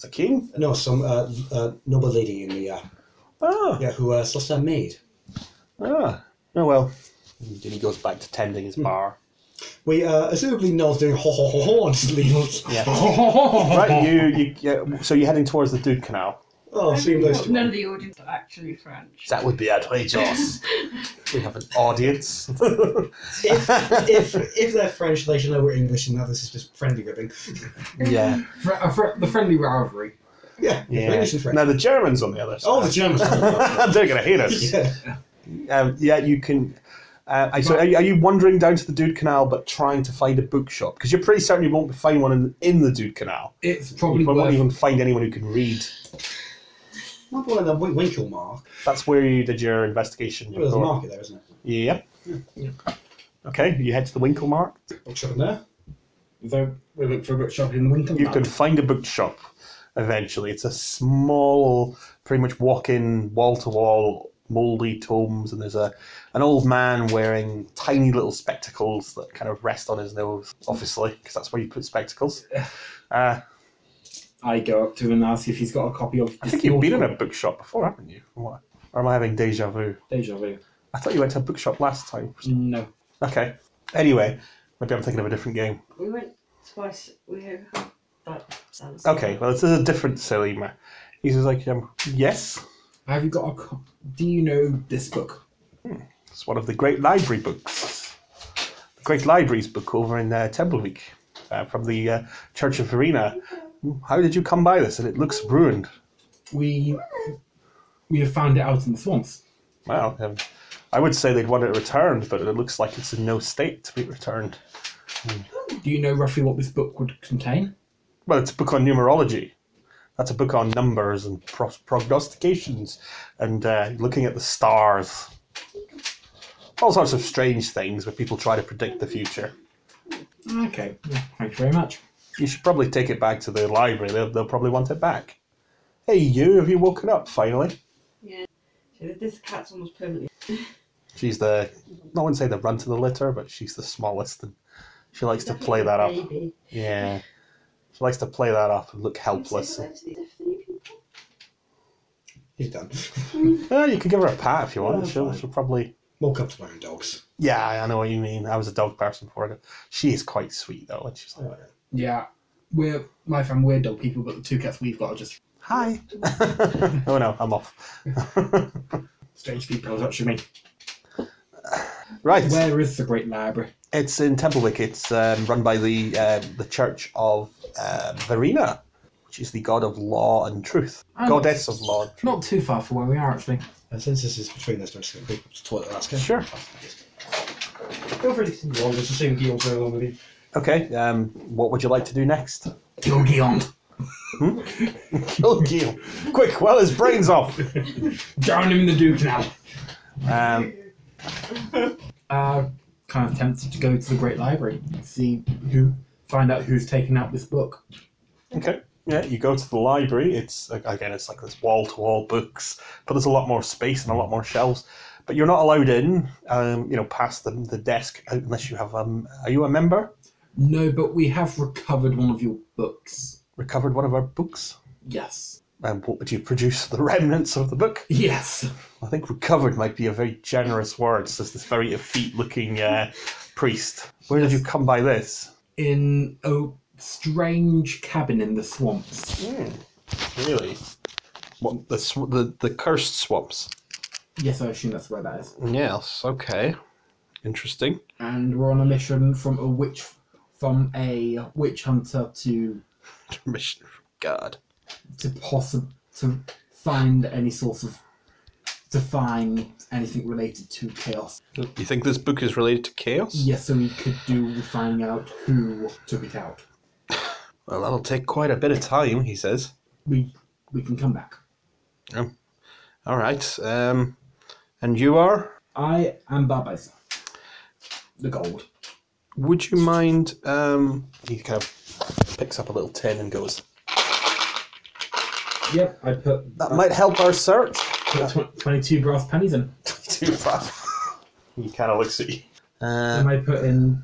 Speaker 3: The king?
Speaker 1: No, some uh, uh, noble lady in the uh,
Speaker 3: Ah,
Speaker 1: yeah who uh, has lost her maid.
Speaker 3: ah. Oh well. Then he goes back to tending his bar.
Speaker 1: We uh, assumably Noel's doing ho ho ho ho and just leaves.
Speaker 3: Yeah. right. You. You. Yeah, so you're heading towards the Dude Canal.
Speaker 1: Oh,
Speaker 4: I
Speaker 1: seeing those
Speaker 4: hope None of the audience are actually French.
Speaker 3: That would be outrageous. we have an audience.
Speaker 1: if, if if they're French, they should know we're English, and now this is just friendly ribbing.
Speaker 3: yeah.
Speaker 5: fr- a fr- uh, the friendly rivalry.
Speaker 1: Yeah,
Speaker 3: Yeah.
Speaker 1: English and French.
Speaker 3: Now the Germans on the other side.
Speaker 1: Oh, the Germans.
Speaker 3: They're gonna hate us.
Speaker 1: yeah.
Speaker 3: Um, yeah, you can. Uh, I- so are you, are you wandering down to the Dude Canal but trying to find a bookshop? Because you're pretty certain you won't find one in, in the Dude Canal.
Speaker 5: It's
Speaker 3: You
Speaker 5: probably
Speaker 3: won't
Speaker 5: worth
Speaker 3: even find anyone who can read.
Speaker 1: Not the one in the Win- Winkle mark.
Speaker 3: That's where you did your investigation.
Speaker 1: Yeah, there's a
Speaker 3: before.
Speaker 1: market there, isn't it?
Speaker 3: Yeah. Okay, you head to the Winkle Mark.
Speaker 1: Bookshop in there.
Speaker 5: Though we look for a bookshop in Winton.
Speaker 3: You can find a bookshop eventually. It's a small, pretty much walk-in, wall-to-wall, mouldy tomes, and there's a an old man wearing tiny little spectacles that kind of rest on his nose, obviously, because that's where you put spectacles. Uh,
Speaker 5: I go up to him and ask if he's got a copy of.
Speaker 3: I think you've been in a bookshop before, haven't you? From what- Or am I having deja vu?
Speaker 5: Deja vu.
Speaker 3: I thought you went to a bookshop last time.
Speaker 5: No.
Speaker 3: Okay. Anyway, maybe I'm thinking of a different game.
Speaker 4: We went twice, we have that sounds.
Speaker 2: Um,
Speaker 3: Okay, well, this is a different Selima. He's just like, um, yes,
Speaker 5: Have you got a? Co- Do you know this book?
Speaker 3: It's one of the great library books. The Great Libraries book over in uh, Templeweek uh, from the uh, Church of Verena. How did you come by this? And it looks ruined.
Speaker 5: We we have found it out in the swamps.
Speaker 3: Wow. Um, I would say they'd want it returned, but it looks like it's in no state to be returned.
Speaker 5: Do you know roughly what this book would contain?
Speaker 3: Well, it's a book on numerology. That's a book on numbers and pro- prognostications and uh, looking at the stars. All sorts of strange things where people try to predict the future.
Speaker 5: Okay, yeah, thank you very much.
Speaker 3: You should probably take it back to the library. They'll, they'll probably want it back. Hey, you, have you woken up finally?
Speaker 4: So this cat's almost permanently.
Speaker 3: She's the, I wouldn't say the runt of the litter, but she's the smallest and she likes to play that up.
Speaker 4: Baby.
Speaker 3: Yeah. She likes to play that up and look helpless.
Speaker 1: He's done.
Speaker 3: Yeah, Uh, you could give her a pat if you want.
Speaker 1: Yeah,
Speaker 3: she'll,
Speaker 1: fine.
Speaker 3: she'll probably.
Speaker 1: Woke up to my own dogs.
Speaker 3: Yeah, I know what you mean. I was a dog person before. She is quite sweet though, and she's like,
Speaker 5: Yeah, we're my fam. We're dog people, but the two cats we've got are just
Speaker 3: "Hi." oh no, I'm off.
Speaker 5: strange people. It's actually me.
Speaker 3: right,
Speaker 5: Where is the great library?
Speaker 3: it's in Templewick. It's um, run by the um, the Church of uh, Verena, which is the god of law and truth,
Speaker 5: Oh.
Speaker 3: goddess of law. And truth.
Speaker 5: Not too far from where we are actually.
Speaker 1: And since this is between us, I'm just going to go to the toilet last.
Speaker 3: Sure.
Speaker 1: Feel free to continue on. There's the same deal going on with you.
Speaker 3: Okay. Um, what would you like to do next?
Speaker 5: Kill Giant.
Speaker 3: Kill Gil. Quick, while his brains off.
Speaker 5: Drown him in the Duke now.
Speaker 3: Um,
Speaker 5: Uh, kind of tempted to go to the great library, see who, find out who's taken out this book.
Speaker 3: Okay. Yeah, you go to the library. It's again, it's like this wall to wall books, but there's a lot more space and a lot more shelves. But you're not allowed in, um, you know, past the, the desk unless you have. Um, are you a member?
Speaker 5: No, but we have recovered one of your books.
Speaker 3: Recovered one of our books.
Speaker 5: Yes.
Speaker 3: And what would you produce the remnants of the book?
Speaker 5: Yes.
Speaker 3: I think "recovered" might be a very generous word. Says this very effete-looking uh, priest. Where did you come by this?
Speaker 5: In a strange cabin in the swamps.
Speaker 3: Really? What the sw- the the cursed swamps?
Speaker 5: Yes, I assume that's where that is.
Speaker 3: Yes. Okay. Interesting.
Speaker 5: And we're on a mission from a witch, from a witch hunter to
Speaker 3: Permission from God.
Speaker 5: to possib to find any sort of to find anything related to chaos.
Speaker 3: You think this book is related to chaos?
Speaker 5: Yes, so we could do with finding out who took it out.
Speaker 3: Well, that'll take quite a bit of time, he says.
Speaker 5: We we can come back.
Speaker 3: All right. Um, and you are?
Speaker 5: I am Barbosa. The gold.
Speaker 3: Would you mind? Um, he kind of picks up a little tin and goes.
Speaker 5: Yep, I put
Speaker 3: That might help our search.
Speaker 5: put tw- 22 brass pennies in.
Speaker 3: Too fast. he kind of looks at you. Uh,
Speaker 5: and I put in,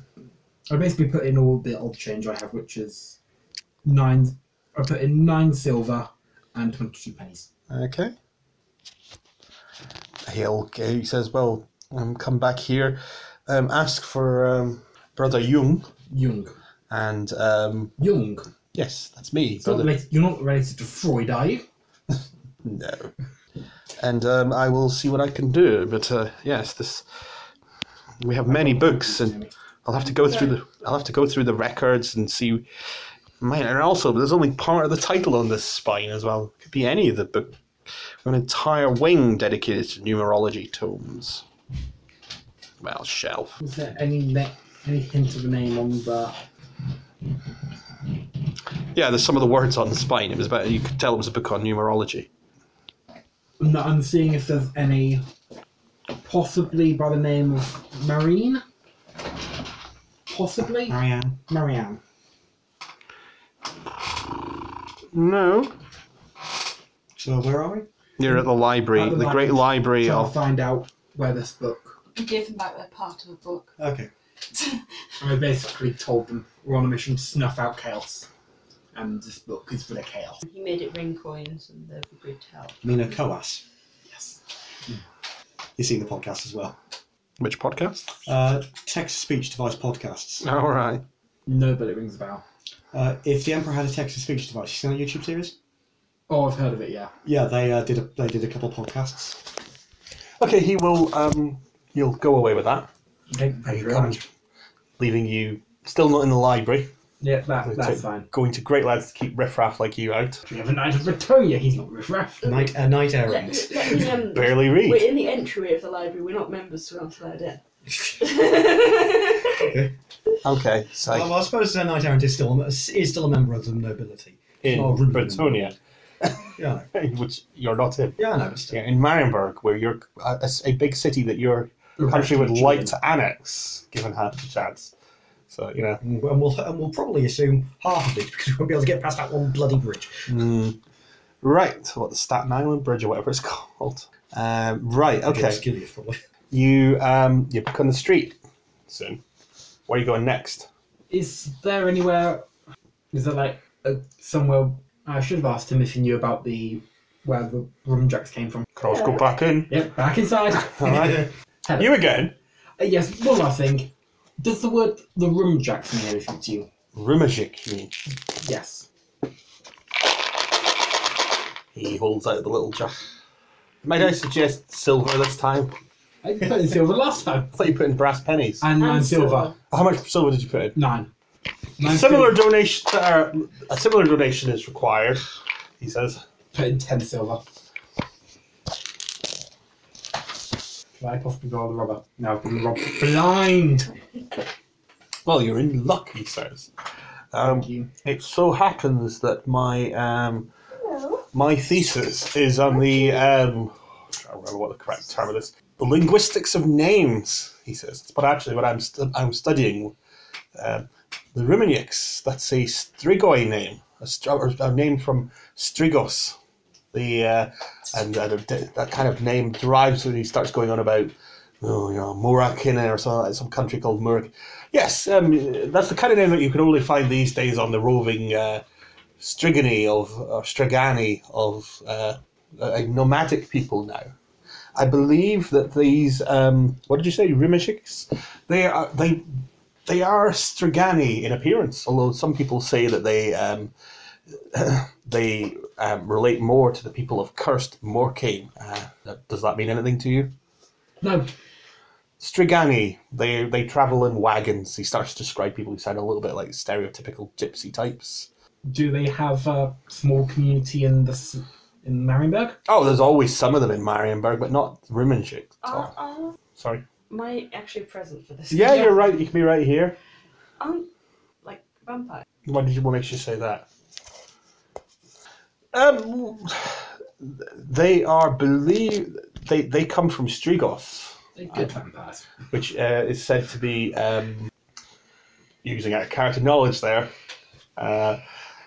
Speaker 5: I basically put in all the odd change I have, which is nine. I put in nine silver and twenty-two pennies.
Speaker 3: Okay. He'll he says, "Well, um, come back here, um, ask for um, brother Jung,
Speaker 5: Jung,
Speaker 3: and um,
Speaker 5: Jung.
Speaker 3: yes, that's me,
Speaker 5: It's not related, you're not related to Freud, are you?
Speaker 3: No. And um, I will see what I can do. But uh, yes, this we have many books, and I'll have to go through the I'll have to go through the records and see. Man, and also there's only part of the title on this spine as well. Could be any of the book. An entire wing dedicated to numerology tomes. Well, shelf.
Speaker 5: Is there any ne- any hint of a name on the?
Speaker 3: Yeah, there's some of the words on the spine. It was about you could tell it was a book on numerology.
Speaker 5: No, I'm seeing if there's any, possibly by the name of Marine. Possibly
Speaker 9: Marianne.
Speaker 5: Marianne.
Speaker 3: No.
Speaker 1: So where are we?
Speaker 3: You're at the library,
Speaker 5: At the
Speaker 3: the, great library
Speaker 5: Trying
Speaker 3: of
Speaker 5: to find out where this book.
Speaker 4: We gave them back their part of a book.
Speaker 1: Okay.
Speaker 5: And I basically told them we're on a mission to snuff out chaos. And this book is for the chaos.
Speaker 4: He made it ring coins and they were good help.
Speaker 1: Mina Coas. Hmm.
Speaker 5: Yes.
Speaker 1: You've seen the podcast as well.
Speaker 3: which podcast?
Speaker 1: Uh, text speech device podcasts.
Speaker 3: All right.
Speaker 5: No, but it rings a bell.
Speaker 1: Uh, if the Emperor had a text to speech device, you seen that YouTube series?
Speaker 5: Oh, I've heard of it, yeah.
Speaker 1: Yeah, they uh, did. A, they did a couple of podcasts.
Speaker 3: Okay, he will. Um, you'll go away with that,
Speaker 5: Thank,
Speaker 1: There you
Speaker 5: very
Speaker 1: go.
Speaker 5: much.
Speaker 3: leaving you still not in the library.
Speaker 5: Yeah, that,
Speaker 2: Take-
Speaker 5: that's fine.
Speaker 2: Going to great lads to keep riffraff like you out.
Speaker 5: We have a knight of Bretonia. He's not riffraff.
Speaker 1: Night, a night errant.
Speaker 4: Let, let me, um,
Speaker 2: Barely read.
Speaker 4: we're in the entryway of the library. We're not members, so we're not allowed in.
Speaker 2: Okay, so
Speaker 1: Well, I suppose a night errant is still a, is still a member of the nobility.
Speaker 2: in
Speaker 1: Oh, Reuben.
Speaker 2: Bretonia,
Speaker 1: Yeah, I know.
Speaker 2: which you're not in.
Speaker 1: yeah, I know. But still.
Speaker 2: Yeah, in Marienburg, where you're a, a s- a big city that your country would like to annex, given half the chance. So you know,
Speaker 1: And we'll and we'll probably assume half of it because we won't be able to get past that one bloody bridge.
Speaker 2: mm, right? What the Staten Island Bridge or whatever it's called? Um, right. Okay.
Speaker 1: Against Gilead, probably.
Speaker 2: You um, you're back on the street soon. Where are you going next?
Speaker 5: Is there anywhere? Is there like a, somewhere? I should have asked him if he knew about the where the rum jacks came from.
Speaker 2: Cross go back in.
Speaker 5: Yep, back inside.
Speaker 2: All right.
Speaker 5: Hello.
Speaker 2: you again.
Speaker 5: Uh, yes, one last thing. Does the word the rum jacks mean anything to you?
Speaker 2: Rumajik, you mean?
Speaker 5: Yes.
Speaker 2: He holds out the little jar. Might I suggest silver this time?
Speaker 5: I Uh, put in silver last time.
Speaker 2: I thought you put in brass pennies.
Speaker 5: And nine silver.
Speaker 2: How much silver did you put in?
Speaker 5: Nine. Nine
Speaker 2: similar
Speaker 5: silver.
Speaker 2: donation uh, a similar donation is required he says
Speaker 5: Put in ten silver. Can I possibly roll the robber? No, I've been robbed. Blind!
Speaker 2: well you're in luck he says um,
Speaker 5: Thank you.
Speaker 2: it so happens that my um, my thesis is on the um, I'm trying to remember what the correct term is the linguistics of names he says but actually what I'm st- I'm studying um, the Rumenyiks that's a Strigoi name a, str- or a name from Strigos the uh, and uh, the- that kind of name derives when he starts going on about oh, you know, Murakina or some, some country called Murak. Yes, um, that's the kind of name that you can only find these days on the roving uh, Strigani of or Strigani of uh, a nomadic people now. I believe that these um, what did you say, Rimishiks? They are they they are Strigani in appearance, although some people say that they um, they um, relate more to the people of cursed Morkane. Uh, does that mean anything to you?
Speaker 5: No,
Speaker 2: Strigani, they they travel in wagons. He starts to describe people who sound a little bit like stereotypical gypsy types.
Speaker 5: do they have a small community in this in Marienburg?
Speaker 2: Oh, there's always some of them in Marienburg, but not Rumenshik.
Speaker 4: Are,
Speaker 2: Oh,
Speaker 4: are
Speaker 2: sorry.
Speaker 4: my actually present for this?
Speaker 2: Yeah, you're right. You can be right here.
Speaker 4: Aren't like vampire?
Speaker 2: Why did you? What makes you say that? Um, they are believe they they come from Strigoth.
Speaker 5: They're good vampires.
Speaker 2: which uh, is said to be um, using out of character knowledge there. Uh,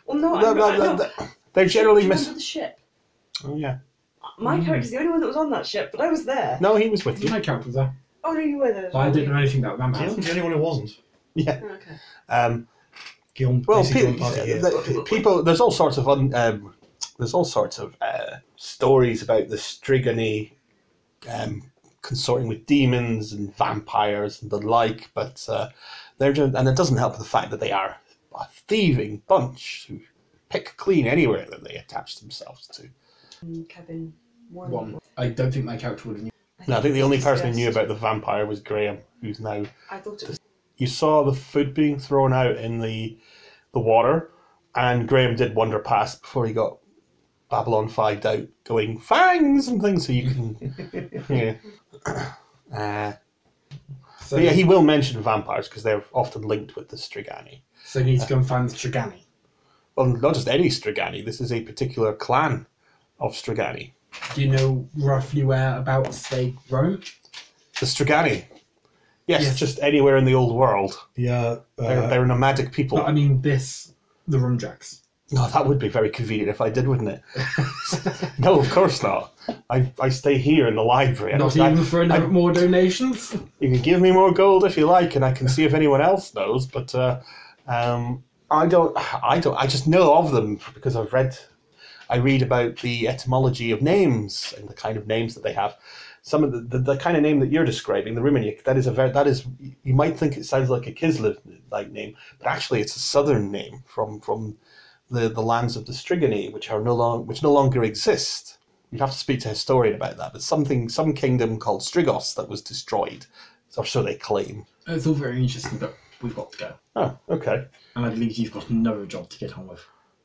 Speaker 4: Well, no,
Speaker 2: no,
Speaker 4: Oh, I'm,
Speaker 2: no,
Speaker 4: not- I
Speaker 2: no,
Speaker 4: know.
Speaker 2: no. They're generally Mm.
Speaker 4: Do you
Speaker 2: mis.
Speaker 4: remember the ship?
Speaker 2: Oh, yeah.
Speaker 4: My character's the only one that was on that ship, but I was there.
Speaker 2: No, he was with you.
Speaker 5: My character was there.
Speaker 4: Oh no, you were there. as
Speaker 5: But I
Speaker 4: well.
Speaker 5: didn't know anything about
Speaker 1: I
Speaker 5: vampires.
Speaker 1: wasn't the only one who wasn't.
Speaker 2: Yeah.
Speaker 4: Oh, Okay.
Speaker 2: Um,
Speaker 1: Guild,
Speaker 2: well,
Speaker 1: basic
Speaker 2: pe-
Speaker 1: guild party here.
Speaker 2: the, people. There's all sorts of un, um, there's all sorts of uh, stories about the Strigony um, consorting with demons and vampires and the like, but uh, they're just, and it doesn't help the fact that they are a thieving bunch who pick clean anywhere that they attach themselves to.
Speaker 4: In cabin one.
Speaker 5: One. I don't think my character would have known.
Speaker 2: No, I think the only
Speaker 4: it's
Speaker 2: person who knew
Speaker 4: just-
Speaker 2: about the vampire was Graham, who's now.
Speaker 4: I thought it was.
Speaker 2: You saw the food being thrown out in the the water, and Graham did wander past before he got Babylon five out, going fangs and things. So you can, yeah. Uh,
Speaker 5: So,
Speaker 2: but yeah, he will mention vampires because they're often linked with the Strigani.
Speaker 5: so you need to go and find the Trigani.
Speaker 2: Well, not just any Strigani. This is a particular clan of Strigani.
Speaker 5: Do you know roughly whereabouts they roam?
Speaker 2: The Strigani. Yes,
Speaker 5: Yes.
Speaker 2: just anywhere in the old world.
Speaker 1: the, uh,
Speaker 2: They're,
Speaker 1: uh,
Speaker 2: they're nomadic people.
Speaker 5: But I mean this, the Rumjacks.
Speaker 2: No, that would be very convenient if I did, wouldn't it? no, of course not. I, I stay here in the library. I
Speaker 5: Not
Speaker 2: don't- I-
Speaker 5: even for
Speaker 2: I-
Speaker 5: any more donations.
Speaker 2: you can give me more gold if you like, and I can see if anyone else knows. But uh, um, I don't. I don't. I just know of them because I've read. I read about the etymology of names and the kind of names that they have. Some of the, the, the kind of name that you're describing, the Rumenik, that is a very that is you might think it sounds like a Kislev like name, but actually it's a southern name from from the, the lands of the Strigony, which are no long, which no longer exist. You'd have to speak to a historian about that, but something some kingdom called Strigos that was destroyed or so they claim.
Speaker 5: It's all very interesting, but We've got to go.
Speaker 2: Oh, okay.
Speaker 5: And I believe you've got another job to get on with.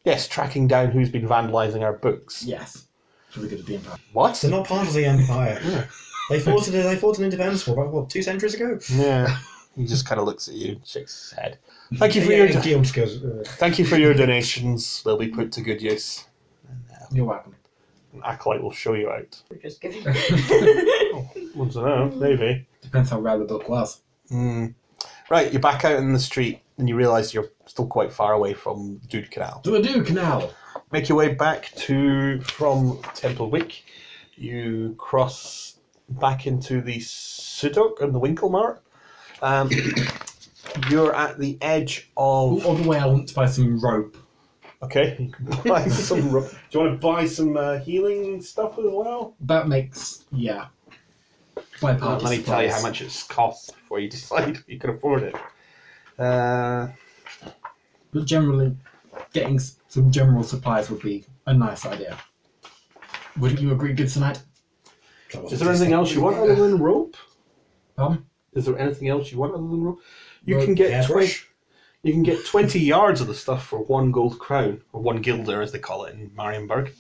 Speaker 2: Yes, tracking down who's been vandalising our books.
Speaker 5: Yes. For the good of the Empire.
Speaker 2: What?
Speaker 1: They're not part of the Empire.
Speaker 2: Yeah.
Speaker 1: They fought, an- they fought an independence war about, what, two centuries ago?
Speaker 2: Yeah. He just kind of looks at you, shakes his head. Thank you for your
Speaker 1: Yeah, Guillaume just goes, uh,
Speaker 2: thank you for your donations. They'll be put to good use.
Speaker 5: You're welcome.
Speaker 2: An acolyte will show you out.
Speaker 4: We're just kidding.
Speaker 2: Want to know? Maybe.
Speaker 5: Depends how rare the book was.
Speaker 2: Mm. Right, you're back out in the street, and you realise you're still quite far away from Dude Canal.
Speaker 5: Do a do canal.
Speaker 2: make your way back to from Templewick. You cross back into the Sudok and the Winklemar. Um, you're at the edge of.
Speaker 5: All the way I want to buy some rope.
Speaker 2: Okay, you can buy some. ro- Do you want to buy some uh, healing stuff as well?
Speaker 5: That makes yeah. Buy
Speaker 2: Let
Speaker 5: party
Speaker 2: me tell you how
Speaker 5: supplies.
Speaker 2: much it's cost before you decide if you can afford it. Uh,
Speaker 5: But generally, getting s- some general supplies would be a nice idea. Wouldn't you agree, good tonight?
Speaker 2: is there anything else you want other than rope?
Speaker 5: Um,
Speaker 2: Is there anything else you want other than rope? You
Speaker 5: Rope,
Speaker 2: can get twenty.
Speaker 1: airbrush?
Speaker 2: You can get 20 yards of the stuff for one gold crown, or one guilder as they call it in Marienburg.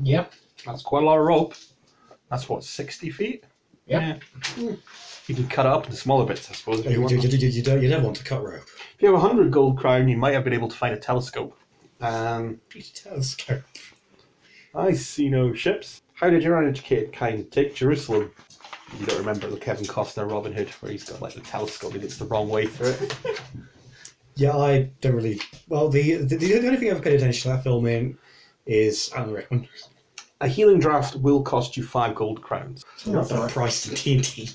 Speaker 5: yep.
Speaker 2: That's quite a lot of rope. That's what, 60 feet?
Speaker 5: Yep.
Speaker 2: Yeah. You can cut it up into smaller bits, I suppose. If you,
Speaker 1: You,
Speaker 2: want.
Speaker 1: you, you, you, you don't, you never want to cut rope.
Speaker 2: if you have 100 gold crown, you might have been able to find a telescope. Um,
Speaker 1: Telescope.
Speaker 2: I see no ships. How did your uneducated kind take Jerusalem? You don't remember the Kevin Costner Robin Hood, where he's got like the telescope and it's the wrong way through it.
Speaker 1: Yeah, I don't really. Well, the the, the only thing I've paid attention to that film in is Alan Rickman.
Speaker 2: A healing draft will cost you five gold crowns.
Speaker 1: Not that price to TNT.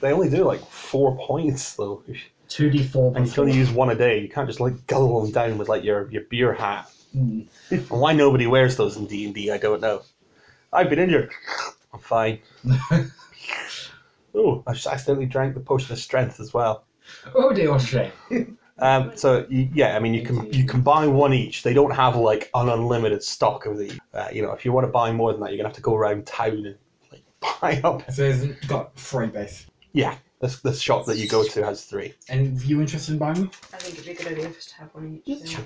Speaker 2: They only do like four points though.
Speaker 5: Two D four.
Speaker 2: and you can only use one a day. You can't just like guzzle them down with like your, your beer hat.
Speaker 5: Hmm.
Speaker 2: and why nobody wears those in D and D, I don't know. I've been injured. I'm fine. oh, I just accidentally drank the potion of strength as well.
Speaker 5: Oh dear, what a shame.
Speaker 2: Um, so you, yeah, I mean, you can you can buy one each. They don't have like an unlimited stock of these. Uh, you know, if you want to buy more than that, you're gonna have to go around town and like buy up.
Speaker 5: So it's got free base.
Speaker 2: Yeah, this this shop that you go to has three.
Speaker 5: And if you interested in buying them?
Speaker 4: I think it'd be a good idea for us to have one each. so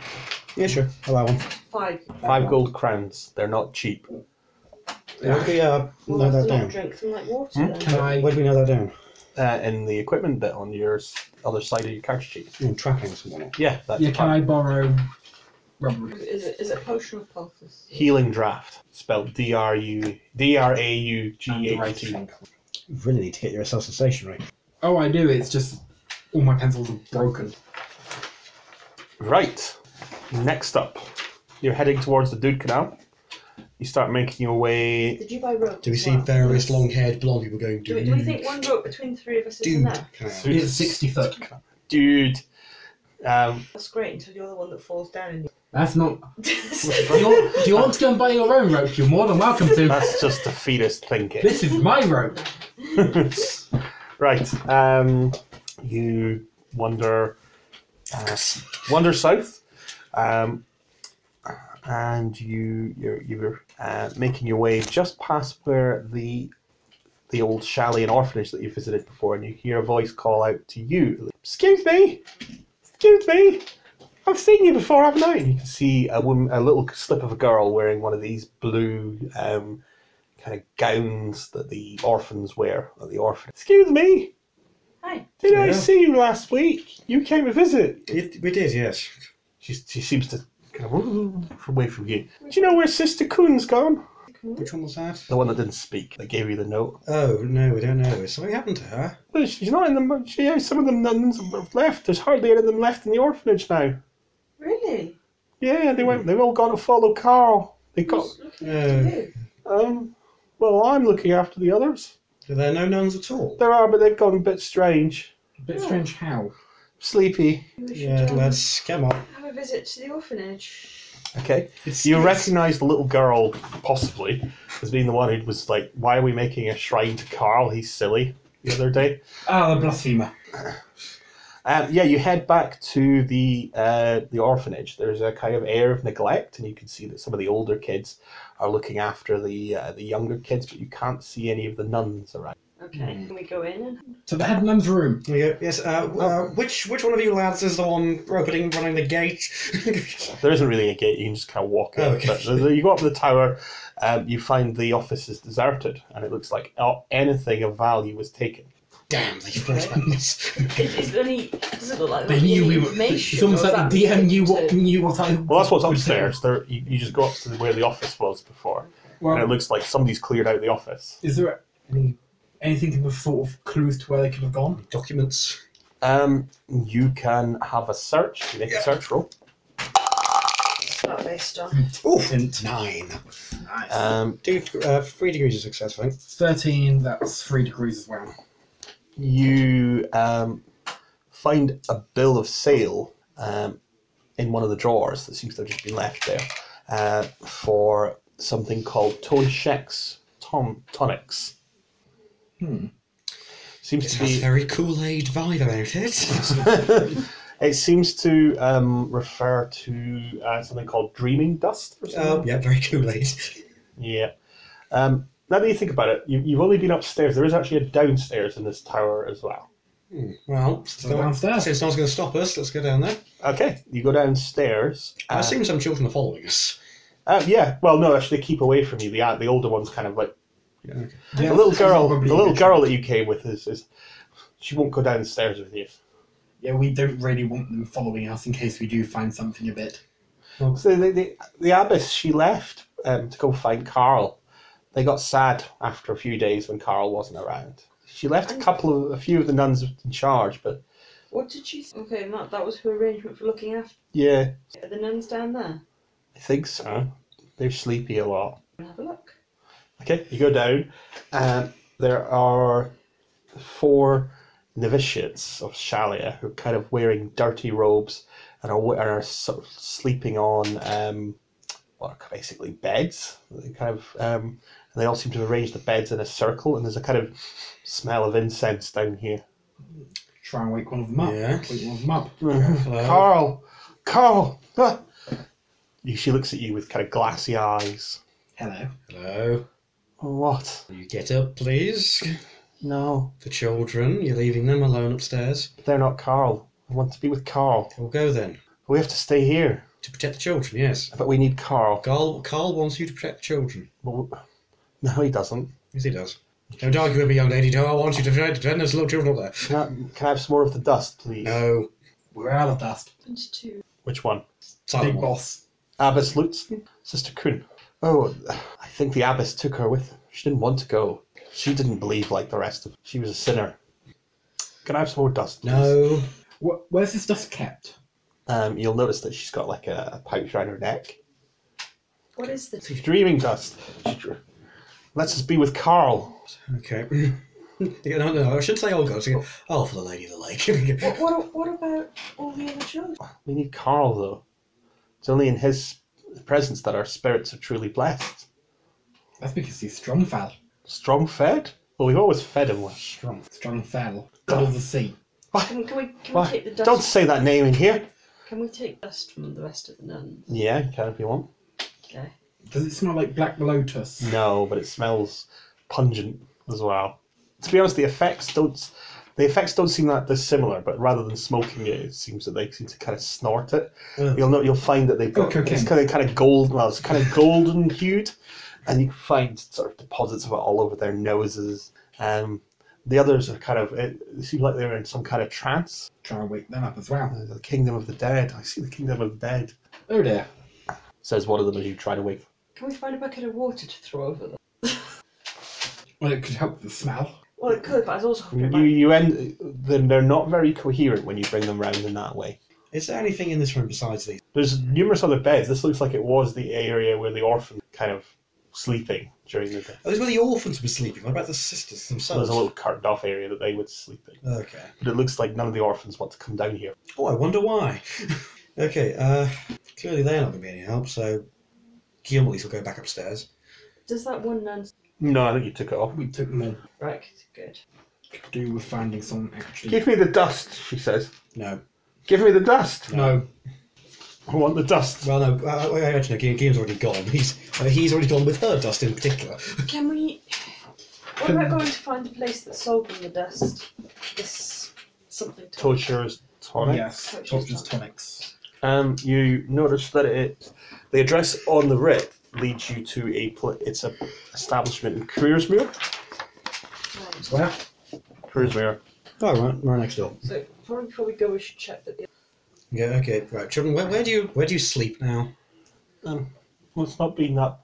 Speaker 1: Yeah, sure. Allow one.
Speaker 4: Five.
Speaker 2: Five gold crowns. They're not cheap.
Speaker 1: Okay, uh, note
Speaker 4: Well,
Speaker 1: that
Speaker 4: that's not
Speaker 1: down.
Speaker 4: drink them like water.
Speaker 2: Hmm?
Speaker 4: then.
Speaker 5: Can I?
Speaker 1: Where do we know that down?
Speaker 2: uh, in the equipment bit on your s- other side of your character sheet.
Speaker 1: Oh, tracking someone.
Speaker 2: Yeah, that's
Speaker 5: Yeah, can
Speaker 2: fine.
Speaker 5: I borrow rubber?
Speaker 4: Is it, is it potion of pulses?
Speaker 2: Healing draft, spelled D R U D R A U G H T.
Speaker 5: Handwriting.
Speaker 1: You really need to get your assassination right.
Speaker 5: Oh, I do. It's just all my pencils are broken.
Speaker 2: Right. Next up, you're heading towards the Dude Canal. You start making your way.
Speaker 4: Did you buy rope?
Speaker 1: Do we
Speaker 4: as
Speaker 1: see
Speaker 4: well?
Speaker 1: various long haired blonde people going,
Speaker 4: Do we,
Speaker 1: dude?
Speaker 4: do we think one rope between three of us is
Speaker 1: dude?
Speaker 4: enough?
Speaker 1: Can I-
Speaker 2: through
Speaker 5: It's
Speaker 2: this-
Speaker 5: sixty foot.
Speaker 2: Dude. Um,
Speaker 4: That's great until you're the one that falls down.
Speaker 5: That's not.
Speaker 4: And
Speaker 5: Do you, want, do you want to go and buy your own rope? You're more than welcome to.
Speaker 2: that's just the fetus thinking.
Speaker 5: This is my rope.
Speaker 2: right. Um, you wander, uh, wander south, um, and you you're, you're uh, making your way just past where the the old chalet and orphanage that you visited before, and you hear a voice call out to you. Excuse me, excuse me. I've seen you before, haven't I? And you can see a woman, a little slip of a girl wearing one of these blue um, kind of gowns that the orphans wear at the orphan. Excuse me.
Speaker 4: Hi.
Speaker 2: Did I
Speaker 1: Yeah.
Speaker 2: see you last week? You came to visit.
Speaker 1: It, we did, yes.
Speaker 2: She, she seems to kind of away from you. Do you know where Sister Coon's gone?
Speaker 1: Which one was that?
Speaker 2: The one that didn't speak, that gave you the note.
Speaker 1: Oh, no, we don't know. Has something happened to her?
Speaker 2: Well, she's not in the. mon- She, yeah, some of the nuns have left. There's hardly any of them left in the orphanage now.
Speaker 4: Really?
Speaker 2: Yeah, they went. They've all gone to follow Carl. They got.
Speaker 4: Who's looking
Speaker 5: uh,
Speaker 4: after
Speaker 1: No.
Speaker 4: you?
Speaker 2: Um. Well, I'm looking after the others.
Speaker 1: There are no nuns at all.
Speaker 2: There are, but they've gone a bit strange.
Speaker 5: A bit strange how.
Speaker 2: Sleepy.
Speaker 4: We should
Speaker 1: Yeah,
Speaker 4: um,
Speaker 1: lads, come on.
Speaker 4: have a visit to the orphanage.
Speaker 2: Okay.
Speaker 1: It's-
Speaker 2: You recognise the little girl, possibly, as being the one who was like, "Why are we making a shrine to Carl? He's silly." The other day.
Speaker 5: Ah, the blasphemer.
Speaker 2: Um, yeah, you head back to the uh, the orphanage. There's a kind of air of neglect, and you can see that some of the older kids are looking after the uh, the younger kids, but you can't see any of the nuns around.
Speaker 5: Hmm.
Speaker 4: Okay. Can we go in? And...
Speaker 5: To the headman's room.
Speaker 1: There you go. Yes. Uh, uh, which which one of you lads is the one opening running the gate?
Speaker 2: There isn't really a gate; you can just kind of walk in.
Speaker 1: Okay.
Speaker 2: But the- you go up to the tower, um, you find the office is deserted, and it looks like oh, anything of value was taken.
Speaker 1: Damn, they forced my nuts.
Speaker 4: Is, is there any? Does it look like
Speaker 5: They
Speaker 4: there's
Speaker 5: knew
Speaker 4: any
Speaker 5: we were.
Speaker 4: information?
Speaker 5: It's almost
Speaker 4: or is
Speaker 5: like
Speaker 4: that
Speaker 5: the DM knew what
Speaker 4: to-
Speaker 5: knew what I.
Speaker 2: Well, that's what's upstairs. There, you, you just go up to where the office was before, and it
Speaker 5: Well,
Speaker 2: looks like somebody's cleared out the office.
Speaker 5: is there any anything of sort of clues to where they could have gone?
Speaker 1: Documents.
Speaker 2: Um, you can have a search. You make a search roll.
Speaker 4: What's that based on?
Speaker 1: Oof. Nine.
Speaker 5: Nice.
Speaker 2: Um,
Speaker 1: Two, uh, three degrees of success, I think.
Speaker 5: Thirteen. That's three degrees as well.
Speaker 2: you um, find a bill of sale um, in one of the drawers that seems to have just been left there uh, for something called Tone Shex Tom Tonics.
Speaker 5: Hmm.
Speaker 2: Seems
Speaker 1: It
Speaker 2: to
Speaker 1: has
Speaker 2: be.
Speaker 1: very Kool Aid vibe about it.
Speaker 2: it seems to um, refer to uh, something called dreaming dust or something.
Speaker 1: um, yeah, very Kool Aid.
Speaker 2: Yeah. Um, now that you think about it, you, you've only been upstairs. There is actually a downstairs in this tower as well.
Speaker 1: Well,
Speaker 5: Go downstairs.
Speaker 1: since no one's going to stop us, let's go down there.
Speaker 2: Okay, you go downstairs.
Speaker 1: I
Speaker 2: uh,
Speaker 1: assume some children are following us.
Speaker 2: Uh, yeah, well, no, actually, they keep away from you. The uh, the older ones kind of like
Speaker 5: Yeah,
Speaker 2: the little
Speaker 5: that's
Speaker 2: girl.
Speaker 5: probably
Speaker 2: The little
Speaker 5: good.
Speaker 2: girl that you came with is, is she won't go downstairs with you.
Speaker 5: Yeah, we don't really want them following us in case we do find something a bit.
Speaker 2: So the the, the abbess she left um, to go find Carl. They got sad after a few days when Carl wasn't around. She left a couple of a few of the nuns in charge, but
Speaker 4: What did she? Say? Okay, and that that was her arrangement for looking after
Speaker 2: yeah,
Speaker 4: the nuns down there.
Speaker 2: I think so. They're sleepy a lot.
Speaker 4: Have a look.
Speaker 2: Okay, you go down. Um, there are four novitiates of Shalia who are kind of wearing dirty robes and are, and are sort of sleeping on um, what are basically beds. They kind of um, and they all seem to have arranged the beds in a circle, and there's a kind of smell of incense down here.
Speaker 5: Try and wake one of them up.
Speaker 1: Yeah.
Speaker 5: Wake one of them up.
Speaker 1: Hello.
Speaker 2: Carl, Carl. ah! She looks at you with kind of glassy eyes.
Speaker 5: Hello.
Speaker 1: Hello.
Speaker 2: What?
Speaker 1: Will You get up, please.
Speaker 2: No,
Speaker 1: The children, you're leaving them alone upstairs.
Speaker 2: they're not Carl. I want to be with Carl.
Speaker 1: We'll go then.
Speaker 2: We have to stay here.
Speaker 1: To protect the children, yes.
Speaker 2: But we need Carl.
Speaker 1: Carl, Carl wants you to protect the children.
Speaker 2: Well, no, he doesn't.
Speaker 1: Yes, he does. Don't argue with me, young lady. No, I want you to defend, defend those little children up there.
Speaker 2: Can I, can I have some more of the dust, please?
Speaker 1: No.
Speaker 5: We're out of dust.
Speaker 4: And two.
Speaker 2: Which one?
Speaker 1: Silent
Speaker 5: Big
Speaker 1: one.
Speaker 5: boss.
Speaker 2: Abbess Lutzen? Sister Kuhn. Oh, I think the abbess took her with her. She didn't want to go. She didn't believe like the rest of She was a sinner. Can I have some more dust, please?
Speaker 1: No.
Speaker 5: Wh- where's this dust kept?
Speaker 2: Um, you'll notice that she's got like a, a pouch around her neck.
Speaker 4: What is this?
Speaker 2: She's dreaming dust. She drew. Let's just be with Carl.
Speaker 1: Okay. Yeah, no, no, I should say all gods. Oh, for the lady of the lake.
Speaker 4: What, what what about all the other children?
Speaker 2: We need Carl, though. It's only in his presence that our spirits are truly blessed.
Speaker 5: That's because he's strong fell.
Speaker 2: Strong fed? Well, we've always fed him well.
Speaker 5: Strong. Strong fell. God of the sea.
Speaker 4: Can, can we can we
Speaker 2: Why?
Speaker 4: take the dust?
Speaker 2: Don't say that name in here.
Speaker 4: Can we take dust from the rest of the nuns?
Speaker 2: Yeah, you can if you want.
Speaker 4: Okay.
Speaker 5: Does it smell like black lotus?
Speaker 2: No, but it smells pungent as well. To be honest, the effects don't the effects don't seem that dissimilar. But rather than smoking it, it seems that they seem to kind of snort it.
Speaker 1: Mm.
Speaker 2: You'll know you'll find that they've got
Speaker 5: Okay, okay.
Speaker 2: it's kind of kind of gold. Well, it's kind of golden hued, and you can find sort of deposits of it all over their noses. Um, the others are kind of it, it seems like they're in some kind of trance.
Speaker 5: Try and wake them up as well.
Speaker 2: Uh, The kingdom of the dead. I see the kingdom of the dead.
Speaker 5: Oh dear.
Speaker 2: Says one of them as you try to wake
Speaker 4: Can we find a bucket of water to throw over them?
Speaker 5: Well, it could help with the smell.
Speaker 4: Well, it could, but I was also hoping it
Speaker 2: You,
Speaker 4: might.
Speaker 2: you end. Then they're not very coherent when you bring them round in that way.
Speaker 1: Is there anything in this room besides these?
Speaker 2: There's numerous other beds. This looks like it was the area where the orphan kind of sleeping during the day.
Speaker 1: Oh, these were the orphans were sleeping. What about the sisters
Speaker 2: So there's
Speaker 1: themselves?
Speaker 2: a little curtained off area that they would sleep in.
Speaker 1: Okay.
Speaker 2: But it looks like none of the orphans want to come down here.
Speaker 1: Oh, I wonder why. okay, uh, clearly they're not going to be any help, so Guillaume at least will go back upstairs.
Speaker 4: Does that one nun?
Speaker 2: No, I think you took it off.
Speaker 5: We took them all.
Speaker 4: Right. Good.
Speaker 5: Could do with finding some actually.
Speaker 2: Give me the dust, she says.
Speaker 1: No.
Speaker 2: Give me the dust.
Speaker 5: No.
Speaker 2: I want the dust.
Speaker 1: Well, no, uh, wait, actually, no, Guillaume's already gone. He's, uh, he's already gone with her, Dust in particular.
Speaker 4: Can we? What about going to find a place that's sold in the dust? This something to
Speaker 2: Torturer's tonic.
Speaker 5: Yes,
Speaker 4: Which is
Speaker 5: torturous
Speaker 4: fine.
Speaker 5: tonics.
Speaker 2: Um, you notice that it, the address on the writ leads you to a pl- it's a establishment in Careersmere.
Speaker 4: Right.
Speaker 5: Where?
Speaker 2: Careersmere.
Speaker 1: Oh, right, right next door.
Speaker 4: So probably before we go, we should check that the
Speaker 1: Yeah, okay, right. Children, where, where do you where do you sleep now?
Speaker 2: Well, it's not been that.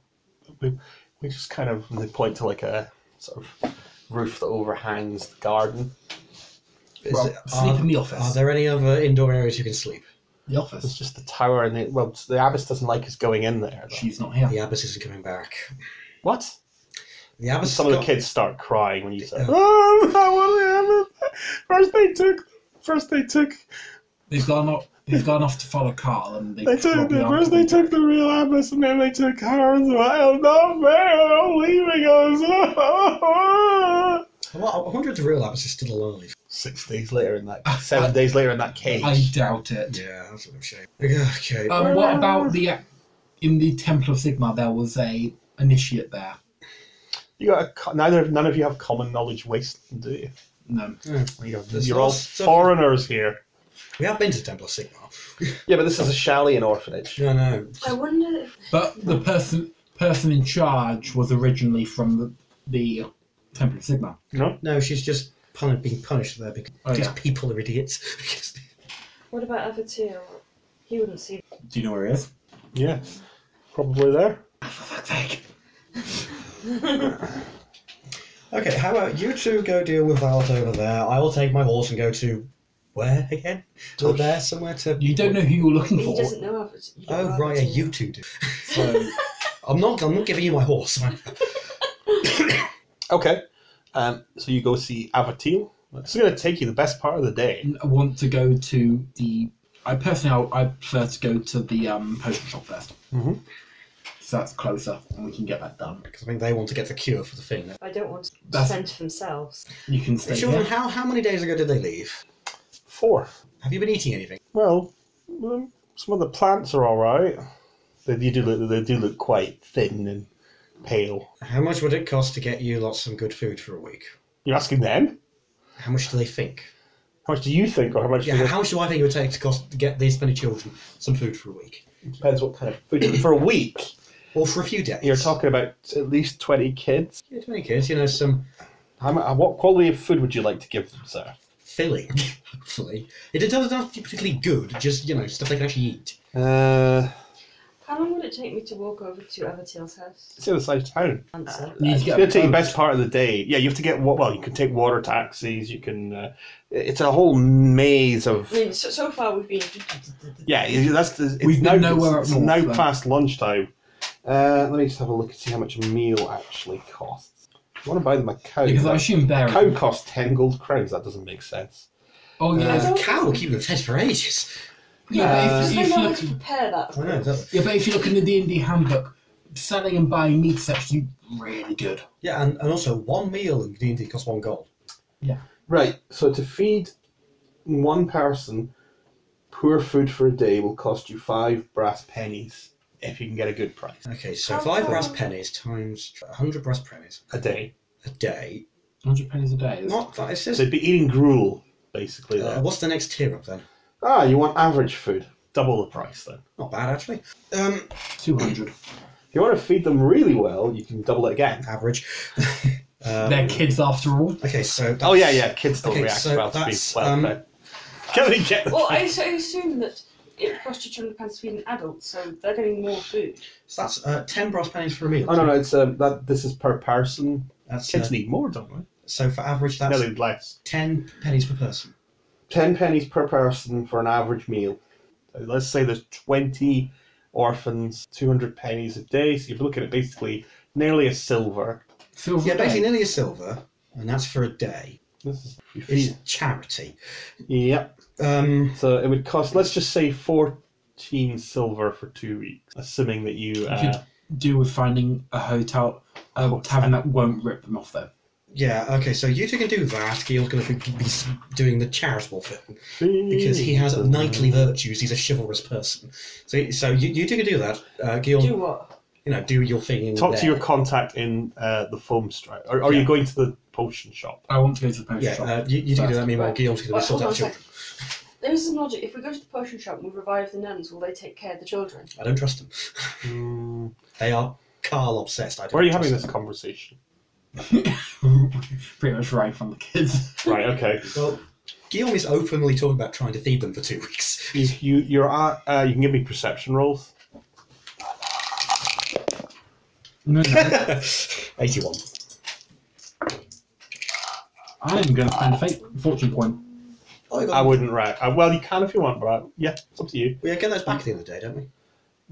Speaker 2: We, we just kind of they point to like a sort of roof that overhangs the garden.
Speaker 1: Is
Speaker 5: Well,
Speaker 1: it-
Speaker 5: sleep in the
Speaker 1: Are
Speaker 5: office.
Speaker 1: there any other indoor areas you can sleep?
Speaker 5: The
Speaker 2: It's
Speaker 5: office.
Speaker 2: just the tower, and the, well, the abbess doesn't like us going in there. though.
Speaker 5: She's not here.
Speaker 1: The abbess isn't coming back.
Speaker 2: What?
Speaker 1: The abbess.
Speaker 2: Some of the
Speaker 1: got-
Speaker 2: kids start crying when you say,
Speaker 1: Yeah.
Speaker 2: "Oh, that was the abbess. First they took, first they took,
Speaker 5: They've gone off. They've gone off to follow Carl, and they.
Speaker 2: they took.
Speaker 5: probably
Speaker 2: The,
Speaker 5: aren't
Speaker 2: first they
Speaker 5: coming
Speaker 2: took
Speaker 5: back.
Speaker 2: the real abbess, and then they took her as well. No man, leaving us."
Speaker 1: Well, I wonder if the real abbess is still alive.
Speaker 2: Six days later in that, seven days later in that cage.
Speaker 5: I doubt it.
Speaker 1: Yeah, that's a bit of a shame. Okay.
Speaker 5: Um, what about the in the Temple of Sigma? There was a initiate there.
Speaker 2: You got a, co- neither. None of you have common knowledge waste, do you?
Speaker 5: No,
Speaker 2: You're,
Speaker 1: There's
Speaker 2: you're all
Speaker 1: lots of-
Speaker 2: foreigners here.
Speaker 1: we have been to Temple of Sigma.
Speaker 2: Yeah, but this is a Shalian orphanage.
Speaker 1: No, no.
Speaker 4: I wonder if
Speaker 5: but the person person in charge was originally from the, the Temple of Sigma.
Speaker 1: No, she's just pun- being punished there because
Speaker 5: Oh,
Speaker 1: these
Speaker 5: yeah.
Speaker 1: people are idiots.
Speaker 4: what about Avatil? He wouldn't see.
Speaker 5: Do you know where he is?
Speaker 2: Yeah, probably there.
Speaker 1: okay, how about you two go deal with Valet over there? I will take my horse and go to where again? To there somewhere to.
Speaker 5: You don't know who you're
Speaker 4: But
Speaker 5: looking
Speaker 4: he
Speaker 5: for.
Speaker 4: doesn't know Avatil. you don't
Speaker 1: Oh
Speaker 4: know
Speaker 1: right, yeah,
Speaker 4: Avatil.
Speaker 1: you two do.
Speaker 5: So
Speaker 1: I'm not. I'm not giving you my horse.
Speaker 2: Okay. Um, so you go see Avatil. This is going to take you the best part of the day.
Speaker 5: I want to go to the. I personally, I, I prefer to go to the um, potion shop 1st
Speaker 2: Mhm.
Speaker 5: So that's closer, and we can get that done.
Speaker 1: Because I think they want to get the cure for the thing.
Speaker 4: I don't want to
Speaker 5: That's-
Speaker 4: send for themselves.
Speaker 5: You can stay
Speaker 1: Children,
Speaker 5: here.
Speaker 1: how, how many days ago did they leave?
Speaker 2: Four.
Speaker 1: Have you been eating anything?
Speaker 2: Well, um, some of the plants are all right. They, they do look. They do look quite thin and pale.
Speaker 1: How much would it cost to get you lots some good food for a week?
Speaker 2: You're asking them.
Speaker 1: How much do they think?
Speaker 2: How much do you think, or how much?
Speaker 1: Yeah,
Speaker 2: do they-
Speaker 1: how much do I think it would take to cost to get these many children some food for a week?
Speaker 2: depends what kind of food. for a week,
Speaker 1: Or for a few days?
Speaker 2: you're talking about at least twenty kids.
Speaker 1: Yeah, 20 kids, you know, some
Speaker 2: How, mu- what quality of food would you like to give them, sir?
Speaker 1: filling, hopefully. It doesn't have to be particularly good, just, you know, stuff they can actually eat.
Speaker 2: Uh,
Speaker 4: How long would it take me to walk over to Avatil's house?
Speaker 2: it's the other side of town.
Speaker 4: Answer.
Speaker 5: You need to
Speaker 2: It's
Speaker 5: get
Speaker 2: going to take
Speaker 5: a
Speaker 2: you
Speaker 5: boat.
Speaker 2: best part of the day. Yeah, you have to get wa- well. You can take water taxis. You can. Uh, it's a whole maze of.
Speaker 4: I mean, so, so far we've been.
Speaker 2: Yeah, you- that's the. It's
Speaker 5: We've
Speaker 2: now,
Speaker 5: been nowhere
Speaker 2: it's,
Speaker 5: up
Speaker 2: it's
Speaker 5: north,
Speaker 2: now
Speaker 5: then.
Speaker 2: past lunchtime. Uh, let me just have a look and see how much a meal actually costs. I want to buy them a cow.
Speaker 5: Because I assume
Speaker 2: A
Speaker 5: Bear.
Speaker 2: cow costs ten gold crowns. That doesn't make sense.
Speaker 5: Oh yeah,
Speaker 2: Uh,
Speaker 1: The Um, cow will keep them fed for ages.
Speaker 5: yeah,
Speaker 4: Does
Speaker 5: but
Speaker 4: they
Speaker 5: if,
Speaker 4: know
Speaker 5: if you
Speaker 4: how
Speaker 5: look,
Speaker 4: to prepare that?
Speaker 1: I know, doesn't it?
Speaker 5: yeah, but if you look in the D and D handbook, selling and buying meat's actually really good.
Speaker 1: Yeah, and, and also one meal in D&D costs one gold.
Speaker 2: Right. So to feed one person poor food for a day will cost you five brass pennies if you can get a good price
Speaker 1: Okay, so five brass pennies times 100 brass pennies
Speaker 2: a day.
Speaker 1: a day.
Speaker 5: Hundred pennies a day. Is
Speaker 1: Not that, it's just...
Speaker 2: So they'd be eating gruel basically.
Speaker 1: Uh,
Speaker 2: then.
Speaker 1: what's the next tier up then?
Speaker 2: Ah, you want average food? Double the price then.
Speaker 1: Not bad, actually. Um,
Speaker 5: two hundred.
Speaker 2: If you want to feed them really well, you can double it again.
Speaker 1: average.
Speaker 5: They're
Speaker 1: um,
Speaker 5: kids after all.
Speaker 1: okay, so...
Speaker 2: Oh yeah, yeah. Kids don't
Speaker 1: Okay,
Speaker 2: react
Speaker 1: so
Speaker 2: well to being
Speaker 1: that's,
Speaker 2: well
Speaker 1: um,
Speaker 2: fed. Can we get?
Speaker 4: Well, I, so I assume that it costs you two hundred pounds to feed an adult, so they're getting more food.
Speaker 1: So that's uh, 10 brass pennies for a meal.
Speaker 2: Oh no, no. It's um, that. This is per person.
Speaker 1: That's, uh,
Speaker 2: Kids need more, don't they?
Speaker 1: so for average, that's
Speaker 2: No, they need less.
Speaker 1: 10 pennies per person.
Speaker 2: Ten pennies per person for an average meal. So Let's say there's twenty orphans, two hundred pennies a day. So you're looking at basically nearly a silver. Oh,
Speaker 5: Silver
Speaker 1: Yeah,
Speaker 5: a
Speaker 1: basically
Speaker 5: day.
Speaker 1: nearly a silver, and that's for a day.
Speaker 2: This is you
Speaker 1: It's
Speaker 2: feed-
Speaker 1: charity.
Speaker 2: Yep.
Speaker 1: Um,
Speaker 2: So it would cost. Let's just say fourteen silver for two weeks, assuming that you. Uh,
Speaker 5: could do with finding a hotel, a tavern that won't rip them off though.
Speaker 1: yeah, okay, so you two can do that. Gil's going to be s- doing the charitable thing because he has knightly virtues. He's a chivalrous person. So, so you, you two can do that. Uh, Gil,
Speaker 4: Do what?
Speaker 1: you know, do your thing. in
Speaker 2: Talk
Speaker 1: there.
Speaker 2: to your contact in uh, the foam strike. Or, are
Speaker 1: Yeah.
Speaker 2: you going to the potion shop?
Speaker 10: I want to go to the post
Speaker 1: Yeah,
Speaker 10: shop.
Speaker 1: uh, you, you do that. Meanwhile, Guillaume's going to
Speaker 4: Wait,
Speaker 1: be
Speaker 4: hold
Speaker 1: sorting
Speaker 4: on
Speaker 1: out
Speaker 4: a
Speaker 1: children.
Speaker 4: second. There's some logic. If we go to the potion shop and we revive the nuns, will they take care of the children?
Speaker 1: I don't trust them.
Speaker 2: Hmm.
Speaker 5: Mm,
Speaker 1: They are Carl obsessed. I don't
Speaker 2: Where are you
Speaker 1: trust
Speaker 2: having
Speaker 1: them.
Speaker 2: this conversation?
Speaker 5: Pretty much right from the kids.
Speaker 2: Right, okay.
Speaker 1: Well, Guillaume is openly talking about trying to feed them for two weeks.
Speaker 2: You, you, you're at, uh, you can give me perception rolls.
Speaker 5: No, no.
Speaker 1: 81.
Speaker 5: I'm going to spend a fate fortune point.
Speaker 1: Oh,
Speaker 2: I wouldn't, right. Uh, well, you can if you want, but I, yeah, it's up to you.
Speaker 1: We get those back at the end of the day, don't we?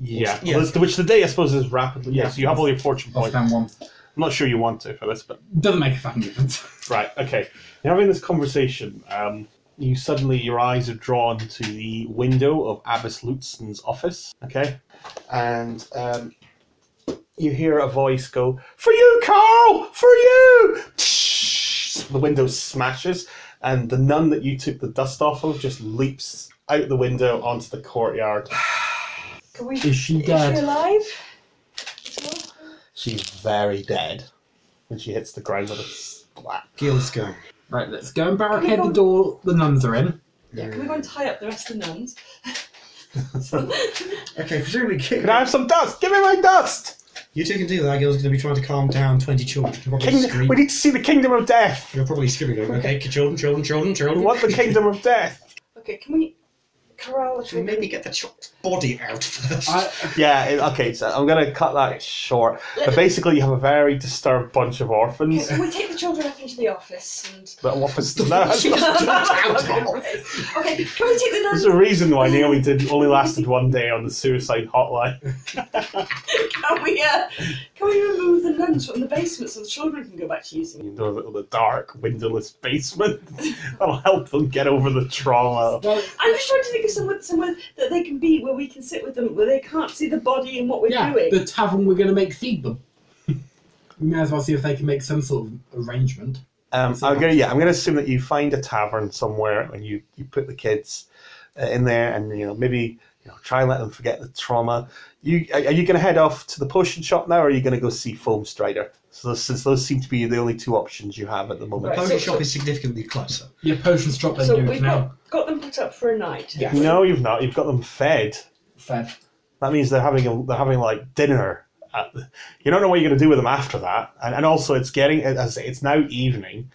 Speaker 2: Yeah.
Speaker 1: Yeah.
Speaker 2: Well, Which the day, I suppose, is rapidly. Yeah,
Speaker 5: Yeah.
Speaker 2: so you have all your fortune
Speaker 5: I'll
Speaker 2: points. I'm
Speaker 5: spend one.
Speaker 2: not sure you want to for this, but
Speaker 5: Doesn't make a fucking difference.
Speaker 2: Right. Okay. You're having this conversation. Um, you suddenly your eyes are drawn to the window of Abbas Lutzen's office. Okay, and um, you hear a voice go, "For you, Carl! For you!" The window smashes, and the nun that you took the dust off of just leaps out the window onto the courtyard.
Speaker 4: Can we?
Speaker 5: Is she
Speaker 4: Is she
Speaker 5: dead?
Speaker 4: alive?
Speaker 2: She's very dead, and she hits the ground with a splat.
Speaker 1: Guillaume's going.
Speaker 5: Right, let's go and barricade the door the nuns are in.
Speaker 4: Yeah. Can we go and tie up the rest of the nuns?
Speaker 1: Okay, presumably,
Speaker 2: Can I have some dust? Give me my dust!
Speaker 1: you two can do that. Guillaume's going to be trying to calm down 20 children. You're probably
Speaker 2: Kingdom, we
Speaker 1: screaming.
Speaker 2: need to see the kingdom of death.
Speaker 1: You're probably screaming. going, Okay, children, children, children,
Speaker 2: We
Speaker 1: children.
Speaker 2: want the kingdom of death.
Speaker 4: okay. Can we? Corral. the
Speaker 1: Should we
Speaker 4: children?
Speaker 1: maybe get the child's body out first?
Speaker 5: I,
Speaker 2: Yeah, it- okay, so I'm going to cut that short. But basically, you have a very disturbed bunch of
Speaker 4: Can,
Speaker 2: orphans.
Speaker 4: can we take the children up into the office and?
Speaker 2: The office. No,
Speaker 4: okay. Can we take the nuns?
Speaker 2: there's a reason why Naomi did only lasted one day on the suicide hotline.
Speaker 4: Can we? Uh, can we remove the nuns from the basement so the children can go back to using it?
Speaker 2: You know, the, the dark, windowless basement. That'll help them get over the trauma.
Speaker 5: well,
Speaker 4: I'm just trying to think of somewhere, somewhere that they can be where we can sit with them, where they can't see the body and what we're
Speaker 5: yeah,
Speaker 4: doing.
Speaker 5: the tavern we're going to make feed them. we may as well see if they can make some sort of arrangement.
Speaker 2: Um, I'm gonna, yeah, I'm gonna assume that you find a tavern somewhere and you, you put the kids uh, in there and you know maybe you know try and let them forget the trauma. You are are you gonna head off to the potion shop now, or are you gonna go see Foam Strider? So those, since those seem to be the only two options you have at the
Speaker 1: The
Speaker 2: moment.
Speaker 4: Right.
Speaker 1: potion
Speaker 4: so-
Speaker 1: shop is significantly closer.
Speaker 5: Yeah, potions drop they
Speaker 4: so
Speaker 5: do
Speaker 4: we've
Speaker 5: it now.
Speaker 4: got, got them put up for a night.
Speaker 5: Yeah.
Speaker 2: No, you've not. You've got them fed.
Speaker 5: Fair.
Speaker 2: That means they're having a, they're having like dinner. At the, you don't know what you're going to do with them after that, and, and also it's getting as I say, it's now evening.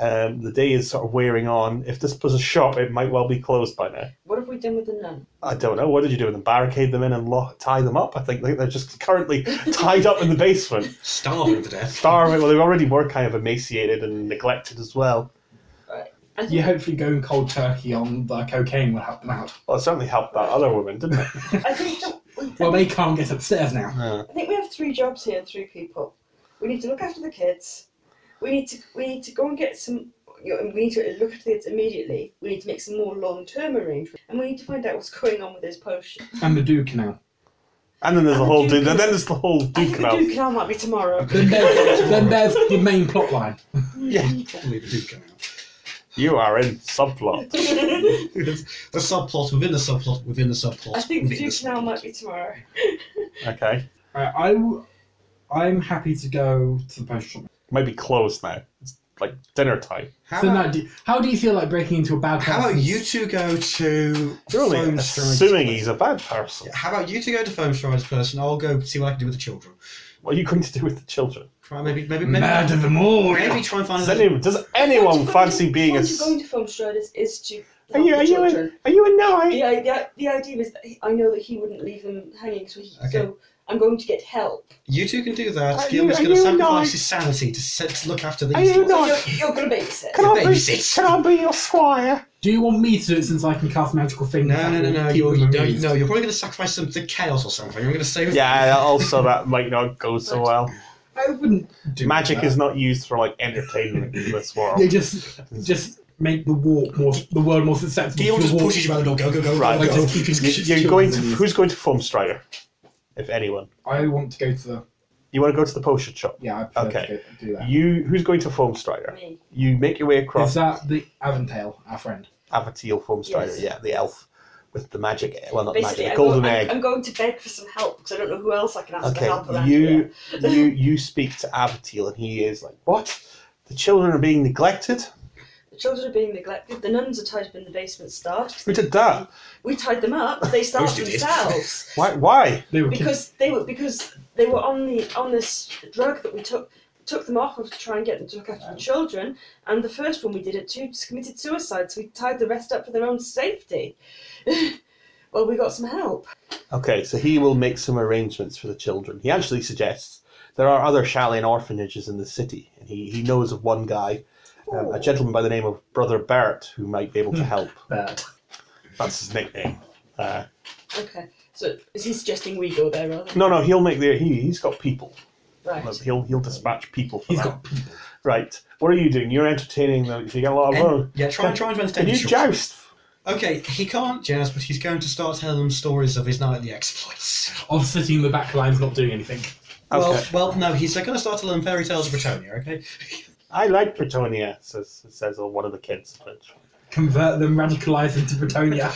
Speaker 2: Um, the day is sort of wearing on. If this was a shop, it might well be closed by now.
Speaker 4: What have we done with the nun?
Speaker 2: I don't know. What did you do with them? Barricade them in and lock, tie them up? I think they- they're just currently tied up in the basement,
Speaker 1: Starving to death.
Speaker 2: starving. Well, they already were kind of emaciated and neglected as well.
Speaker 4: I think
Speaker 5: Yeah, hopefully going cold turkey on the cocaine will help them out.
Speaker 2: Well, it certainly helped that other woman, didn't it?
Speaker 4: I think that we,
Speaker 5: Well, they can't get upstairs now.
Speaker 4: I think we have three jobs here and three people. We need to look after the kids. We need to we need to go and get some. You know, we need to look after the kids immediately. We need to make some more long term arrangements, and we need to find out what's going on with this potion.
Speaker 5: And the Duke now.
Speaker 2: And then there's the
Speaker 4: And
Speaker 2: whole
Speaker 4: the
Speaker 2: dude.
Speaker 4: Duke-
Speaker 2: And then there's the whole
Speaker 4: I
Speaker 2: Duke
Speaker 4: think the
Speaker 2: now.
Speaker 4: Duke Canal might be tomorrow.
Speaker 5: Then there's, then there's the main plot line.
Speaker 2: Yeah,
Speaker 1: Probably the Duke canal.
Speaker 2: you are in subplot.
Speaker 4: I
Speaker 1: the subplot within the subplot within the subplot.
Speaker 4: think the
Speaker 1: within
Speaker 4: Duke Canal
Speaker 1: subplot.
Speaker 4: might be tomorrow.
Speaker 2: Okay,
Speaker 5: Right, I, w- I'm happy to go to the potion shop.
Speaker 2: might be closed now. It's like dinner time.
Speaker 1: How
Speaker 5: so now,
Speaker 1: about,
Speaker 5: do, how do you feel like breaking into a bad
Speaker 1: how about
Speaker 5: person's-
Speaker 1: you two go to
Speaker 2: You're only
Speaker 1: Foam Strider's
Speaker 2: assuming
Speaker 1: place?
Speaker 2: he's a bad person.
Speaker 1: How about you two go to Foam Strider's person? I'll go see what I can do with the children.
Speaker 2: What are you going to do with the children?
Speaker 1: Try maybe maybe maybe,
Speaker 5: Murder them all!
Speaker 1: maybe try and find
Speaker 4: Um,
Speaker 2: Does
Speaker 1: a
Speaker 2: anyone, does anyone
Speaker 4: Point to
Speaker 2: fancy
Speaker 4: going-
Speaker 2: being a?
Speaker 4: point to
Speaker 2: s-
Speaker 4: going to film Striders is to
Speaker 2: Are you are
Speaker 4: help the
Speaker 2: you a,
Speaker 4: children.
Speaker 2: are you a nine?
Speaker 4: The, i- the, i- the idea is that he, I know that he wouldn't leave them hanging, so, he,
Speaker 1: Okay.
Speaker 4: so I'm going to get help.
Speaker 1: You two can do
Speaker 2: Are
Speaker 1: that. Guillaume's
Speaker 2: you- are
Speaker 1: going to
Speaker 2: you
Speaker 1: sacrifice
Speaker 2: not-
Speaker 1: his sanity to, set, to look after these.
Speaker 2: Are you
Speaker 1: ones.
Speaker 2: not-
Speaker 4: So
Speaker 2: No.
Speaker 4: you're, you're going to babysit.
Speaker 2: Can I be?
Speaker 1: Babysit.
Speaker 2: Can I be your squire?
Speaker 5: Do you want me to do it since I can cast magical things?
Speaker 1: No,
Speaker 5: that
Speaker 1: no, no,
Speaker 5: will
Speaker 1: no.
Speaker 5: keep
Speaker 1: You're,
Speaker 5: them
Speaker 1: no,
Speaker 5: amused?
Speaker 1: no, you're probably going to sacrifice some to chaos or something. I'm going to save.
Speaker 2: Yeah. Also, that might not go so
Speaker 4: so
Speaker 2: well.
Speaker 5: I wouldn't do
Speaker 2: Magic
Speaker 5: that.
Speaker 2: is not used for like entertainment in this world.
Speaker 5: They just just make the walk more, the world more susceptible.
Speaker 1: Guillaume
Speaker 5: to
Speaker 1: just
Speaker 5: the walk.
Speaker 1: pushes you out the door. Go, go, go,
Speaker 2: Right,
Speaker 1: go,
Speaker 5: go.
Speaker 1: go.
Speaker 5: Keep his-
Speaker 1: Just-
Speaker 2: You, are going to. Who's going to form Strider? If anyone,
Speaker 5: I want to go to the.
Speaker 2: you want to go to the potion shop.
Speaker 5: Yeah, I prefer
Speaker 2: Okay.
Speaker 5: to go, do that.
Speaker 2: You. Who's going to form Strider?
Speaker 4: Me.
Speaker 2: You make your way
Speaker 5: Is
Speaker 2: across
Speaker 5: that the Aventail, our friend?
Speaker 2: Avatiel form Strider.
Speaker 4: Yes.
Speaker 2: Yeah, the elf. with the magic. Well, not magic.
Speaker 4: Basically,
Speaker 2: The
Speaker 4: I'm,
Speaker 2: golden
Speaker 4: go- I'm-
Speaker 2: egg.
Speaker 4: I'm going to beg for some help because I don't know who else I can ask for
Speaker 2: Okay,
Speaker 4: help around
Speaker 2: you
Speaker 4: here.
Speaker 2: you you speak to Avatil, and he is like, "What? The children are being neglected?
Speaker 4: The children are being neglected. The nuns are tied up in the basement staff.
Speaker 2: Who did that?
Speaker 4: We tied them up. They starved
Speaker 1: did it?
Speaker 4: themselves
Speaker 2: Why? Why?
Speaker 11: They were
Speaker 4: because they were because they were on the on this drug that we took took them off of to try and get them to look after the children. And the first one we did it to just committed suicide, so we tied the rest up for their own safety. well, we got some help.
Speaker 2: Okay, so he will make some arrangements for the children. He actually suggests there are other Shalian orphanages in the city, and he, he knows of one guy, um,
Speaker 4: Oh.
Speaker 2: a gentleman by the name of Brother Barrett, who might be able to help.
Speaker 5: But
Speaker 2: That's his nickname. Uh,
Speaker 4: Okay, so is he suggesting we go there rather?
Speaker 2: no, no, he'll make the he he's got people.
Speaker 4: Right.
Speaker 2: He'll he'll dispatch people for
Speaker 11: He's
Speaker 2: that.
Speaker 11: got people.
Speaker 2: Right. What are you doing? You're entertaining them. You get a lot of money.
Speaker 1: And- yeah, try, try and
Speaker 2: Oh, Can
Speaker 1: understand.
Speaker 2: you
Speaker 1: the short-
Speaker 2: joust?
Speaker 1: Okay, he can't jazz, but he's going to start telling them stories of his nightly exploits.
Speaker 5: of sitting in the back lines, not doing anything.
Speaker 2: Okay.
Speaker 1: Well, well, no, he's going to start telling them fairy tales of Bretonia. Okay.
Speaker 2: I like Bretonia, says says one of the kids. But
Speaker 5: Convert them, radicalise into Bretonia.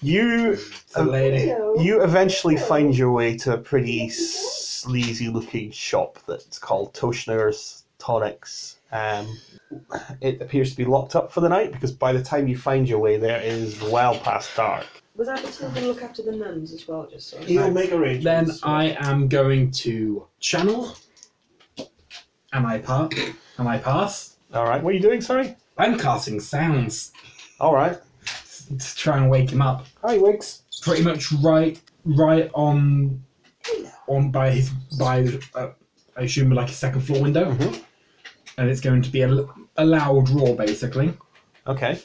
Speaker 2: you
Speaker 5: The
Speaker 11: Um,
Speaker 5: lady.
Speaker 4: Hello.
Speaker 12: Mm.
Speaker 2: you eventually find your way to a pretty sleazy looking shop that's called Toshner's Tonics. Um, it appears to be locked up for the night because by the time you find your way there, it is well past dark.
Speaker 4: Was Abigail going to look after the nuns as well, just so?
Speaker 12: He'll make
Speaker 5: Then
Speaker 12: arrangements.
Speaker 5: I am going to channel. Am I pass? Am I pass?
Speaker 2: All right, what are you doing? Sorry.
Speaker 5: I'm casting sounds
Speaker 2: All right.
Speaker 5: to try and wake him up.
Speaker 2: Hi, Wiggs.
Speaker 5: Pretty much right, right on, on by his by. Uh, I assume like a second floor window,
Speaker 2: Mhm.
Speaker 5: and it's going to be a, l- a loud roar basically.
Speaker 2: Okay.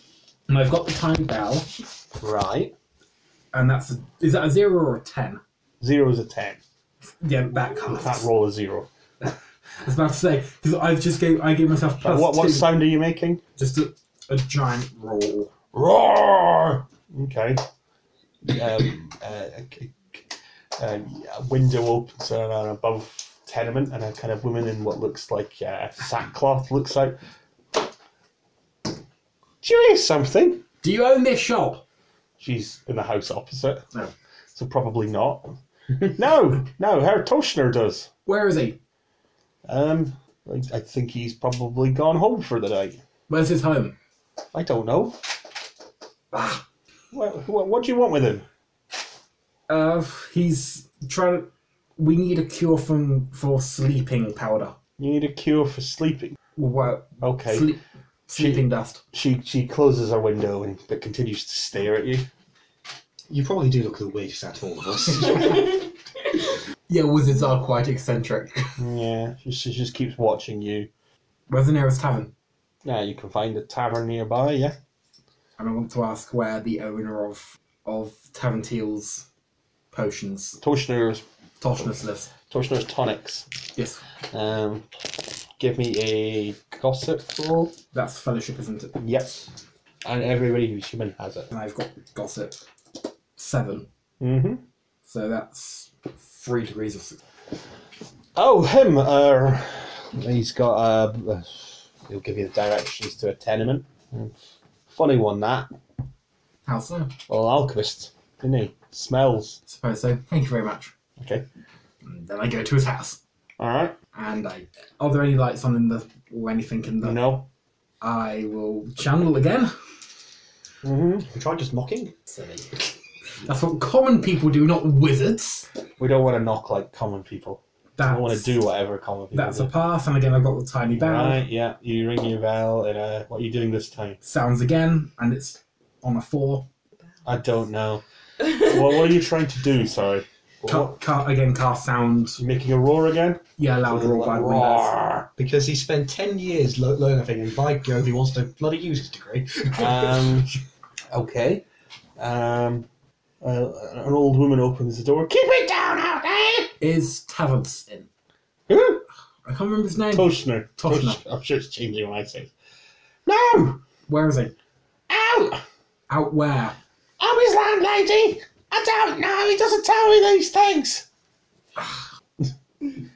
Speaker 5: And I've got the time bell,
Speaker 2: Right.
Speaker 5: and that's a, is that a zero or a ten?
Speaker 2: Zero is a ten.
Speaker 5: Yeah, that
Speaker 2: That
Speaker 5: casts.
Speaker 2: roll is zero.
Speaker 5: I was about to say because I've just gave I gave myself plus
Speaker 2: what what
Speaker 5: two.
Speaker 2: sound are you making?
Speaker 5: Just a, a giant roll.
Speaker 2: Roar! Okay. Um, uh, c- c- uh, a window opens on an above tenement, and a kind of woman in what looks like uh, sackcloth looks like. Do you hear something?
Speaker 5: Do you own this shop?
Speaker 2: She's in the house opposite.
Speaker 5: No.
Speaker 2: So probably not. no, no, Herr Toshner does.
Speaker 5: Where is he?
Speaker 2: Um, I, I think he's probably gone home for the night.
Speaker 5: Where's his home?
Speaker 2: I don't know. Ah. What, what, what do you want with him?
Speaker 5: Uh, he's trying. We need a cure from for sleeping powder.
Speaker 2: You need a cure for sleeping.
Speaker 5: Well,
Speaker 2: Okay.
Speaker 5: sleep, sleeping dust.
Speaker 2: She she closes her window and but continues to stare at you.
Speaker 1: You probably do look the wigs at all of us.
Speaker 5: Yeah, wizards are quite eccentric.
Speaker 2: Yeah, she, she just keeps watching you.
Speaker 5: Where's the nearest tavern?
Speaker 2: Yeah, you can find a tavern nearby. Yeah.
Speaker 5: And I want to ask where the owner of of Tavern Teal's potions,
Speaker 2: Toshner's
Speaker 5: Toshness lives.
Speaker 2: Toshner's tonics.
Speaker 5: Yes,
Speaker 2: Um, give me a gossip roll.
Speaker 5: that's fellowship, isn't it?
Speaker 2: Yep. And everybody who's human has it.
Speaker 5: And I've got gossip seven,
Speaker 2: Mm-hmm.
Speaker 5: so that's three degrees of success.
Speaker 2: Oh, him. Uh, he's got. Uh, he'll give you the directions to a tenement. Mm. Funny one that.
Speaker 5: How so?
Speaker 2: Well, alchemist, didn't he? Smells.
Speaker 5: Suppose so. Thank you very much.
Speaker 2: Okay.
Speaker 5: And then I go to his house,
Speaker 2: All right.
Speaker 5: and I are there any lights on in the or anything in the?
Speaker 2: No.
Speaker 5: I will channel again.
Speaker 2: Mm-hmm.
Speaker 1: we tried just mocking.
Speaker 5: Silly. That's what common people do, not wizards.
Speaker 2: We don't want to knock like common people.
Speaker 5: That's,
Speaker 2: I want to do whatever common people
Speaker 5: That's
Speaker 2: do.
Speaker 5: a pass, and again I've got the tiny bell.
Speaker 2: Right, yeah. You ring your bell, and uh, what are you doing this time?
Speaker 5: Sounds again, and it's on a four.
Speaker 2: I don't know. well, what are you trying to do? Sorry.
Speaker 5: Ca- ca- again, cast sound.
Speaker 2: You making a roar again?
Speaker 5: Yeah, loud roar by the windows.
Speaker 1: Because he spent 10 years lo- learning, and by Jove, he wants to bloody use his degree.
Speaker 2: Um, okay. Um, uh, an old woman opens the door. Keep it down out eh? there!
Speaker 5: Is Taverns in?
Speaker 2: Who?
Speaker 5: I can't remember his name.
Speaker 2: Toshner.
Speaker 5: Toshner.
Speaker 2: Tosh- I'm sure it's changing what I say. No!
Speaker 5: Where is he?
Speaker 2: Out!
Speaker 5: Out where?
Speaker 2: I'm his landlady. I don't know. He doesn't tell me these things.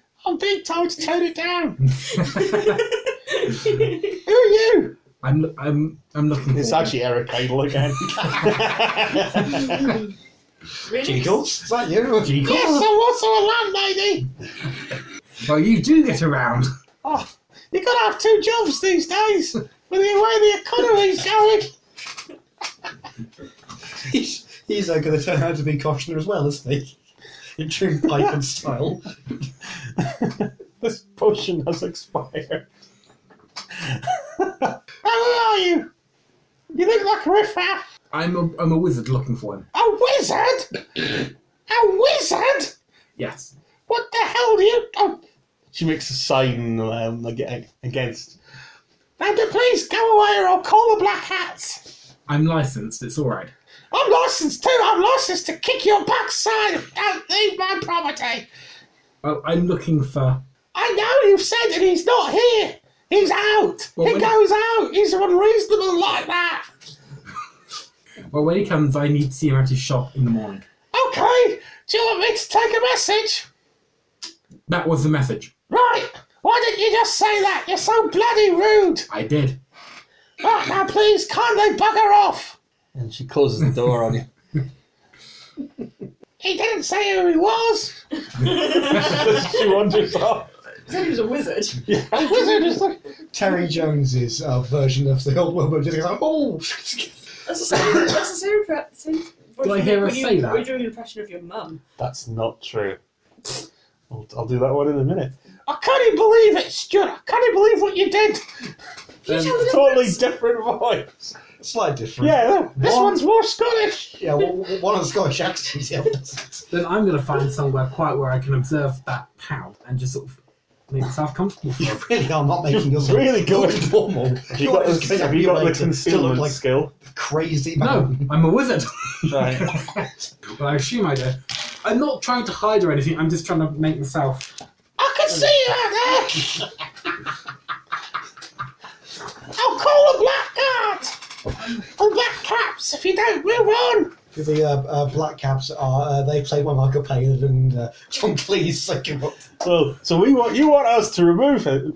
Speaker 2: I'm being told to tone it down. Who are you?
Speaker 5: I'm I'm I'm looking.
Speaker 3: It's
Speaker 5: forward.
Speaker 3: actually Eric Idle again.
Speaker 4: Really?
Speaker 6: Eagles? Is that you?
Speaker 3: yes, I'm also a landlady.
Speaker 5: Well, you do get around.
Speaker 3: Oh, you gotta have two jobs these days. With the way the economy's going.
Speaker 6: he's he's uh, going to turn out to be cautioner as well, isn't he? In true Python style.
Speaker 3: This potion has expired. How are you? You look like a riffraff.
Speaker 5: I'm a I'm a wizard looking for him.
Speaker 3: A wizard? a wizard?
Speaker 5: Yes.
Speaker 3: What the hell do you? Oh. She makes a sign um, ag- against. Amanda, please go away or I'll call the black hats.
Speaker 5: I'm licensed. It's all right.
Speaker 3: I'm licensed too. I'm licensed to kick your backside. if you Don't leave my property.
Speaker 5: Well, I'm looking for.
Speaker 3: I know you've said that he's not here. He's out.
Speaker 5: Well,
Speaker 3: he
Speaker 5: when-
Speaker 3: goes out. He's unreasonable like that.
Speaker 5: Well, when he comes, I need to see him at his shop in the morning.
Speaker 3: Okay. Do you want me to take a message?
Speaker 5: That was the message.
Speaker 3: Right. Why didn't you just say that? You're so bloody rude.
Speaker 5: I did.
Speaker 3: Right now, please, kindly bugger off. And she closes the door on you. he didn't say who he was. she wanders off.
Speaker 4: said he was a wizard.
Speaker 3: A wizard is like,
Speaker 6: Terry Jones's uh, version of the old world. Just goes, oh,
Speaker 4: That's the same. That's the same. impre- same
Speaker 5: Did I hear her
Speaker 4: when you-
Speaker 5: say that?
Speaker 4: We're doing an impression of your mum.
Speaker 3: That's not true. I'll, I'll do that one in a minute. I can't even believe it, Stuart. I can't even believe what you did.
Speaker 4: Can you
Speaker 5: Um,
Speaker 4: tell the
Speaker 3: Totally
Speaker 4: difference?
Speaker 3: different voice.
Speaker 6: slight difference.
Speaker 3: Yeah, this
Speaker 6: What?
Speaker 3: one's more Scottish.
Speaker 6: Yeah, one, one of the Scottish accents. Yeah, that's
Speaker 5: Then I'm going to find somewhere quiet where I can observe that pal and just sort of make myself comfortable.
Speaker 6: You really are not making yourself
Speaker 3: really good.
Speaker 6: look normal.
Speaker 3: You got
Speaker 6: You're just
Speaker 3: the,
Speaker 6: gonna
Speaker 3: have you got the
Speaker 6: emulate it, still look
Speaker 3: concealment
Speaker 6: like
Speaker 3: skill?
Speaker 6: a crazy
Speaker 5: No,
Speaker 6: man.
Speaker 5: I'm a wizard.
Speaker 3: Right.
Speaker 5: well, I assume I do. I'm not trying to hide or anything. I'm just trying to make myself.
Speaker 3: I can see you out there. I'll call the black guard and black caps if you don't move on.
Speaker 6: The uh, uh, Black Caps are, uh, they play one Michael Palin and uh, John Cleese, so give up.
Speaker 3: So, so we want you want us to remove it.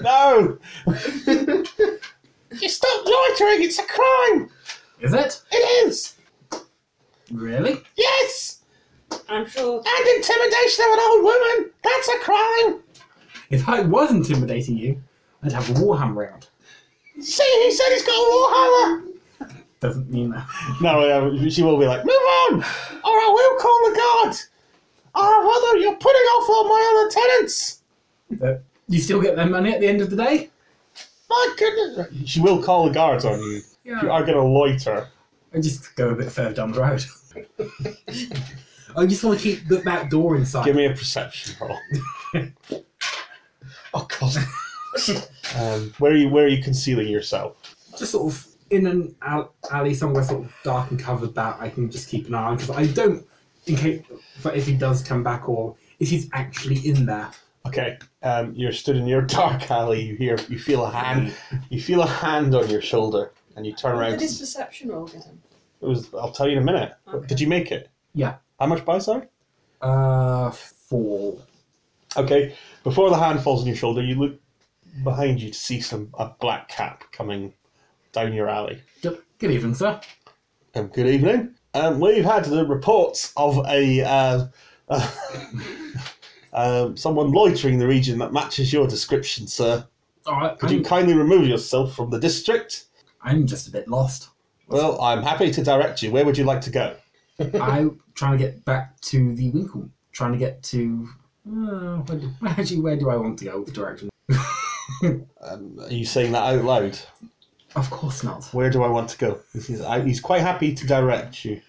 Speaker 3: No. you stop loitering. It's a crime.
Speaker 5: Is it?
Speaker 3: It is.
Speaker 5: Really?
Speaker 3: Yes.
Speaker 4: I'm sure.
Speaker 3: And intimidation of an old woman. That's a crime.
Speaker 5: If I was intimidating you, I'd have a warhammer out.
Speaker 3: See, he said he's got a warhammer.
Speaker 5: Doesn't mean that.
Speaker 3: No, uh, she will be like, move on, or I will call the guard. Oh, mother, you're putting off all my other tenants.
Speaker 5: But you still get their money at the end of the day.
Speaker 3: My goodness. She will call the guards on you. You are going to loiter.
Speaker 5: I just go a bit further down the road. I just want to keep the back door inside.
Speaker 3: Give me a perception roll.
Speaker 6: Oh, God.
Speaker 3: Um, where are you? Where are you concealing yourself?
Speaker 5: just sort of in an al- alley somewhere, sort of dark and covered, that I can just keep an eye on because I don't, in case for if he does come back or if he's actually in there.
Speaker 3: Okay, um, you're stood in your dark alley. You hear, you feel a hand, you feel a hand on your shoulder, and you turn
Speaker 4: What
Speaker 3: around.
Speaker 4: did his
Speaker 3: It
Speaker 4: perception roll get him?
Speaker 3: was. I'll tell you in a minute.
Speaker 4: Okay.
Speaker 3: Did you make it?
Speaker 5: Yeah.
Speaker 3: How much by sorry?
Speaker 5: Uh, four.
Speaker 3: Okay, before the hand falls on your shoulder, you look behind you to see some a black cap coming down your alley.
Speaker 5: Good, good evening, sir.
Speaker 3: Um, good evening. Um, we've had the reports of a uh, uh, um, someone loitering in the region that matches your description, sir.
Speaker 5: All right,
Speaker 3: Could
Speaker 5: I'm,
Speaker 3: you kindly remove yourself from the district?
Speaker 5: I'm just a bit lost.
Speaker 3: Well, I'm happy to direct you. Where would you like to go?
Speaker 5: I'm trying to get back to the Winkle. Trying to get to. Uh, where do, actually, where do I want to go? with The direction?
Speaker 3: Um, are you saying that out loud?
Speaker 5: Of course not.
Speaker 3: Where do I want to go? He's, I- he's quite happy to direct you.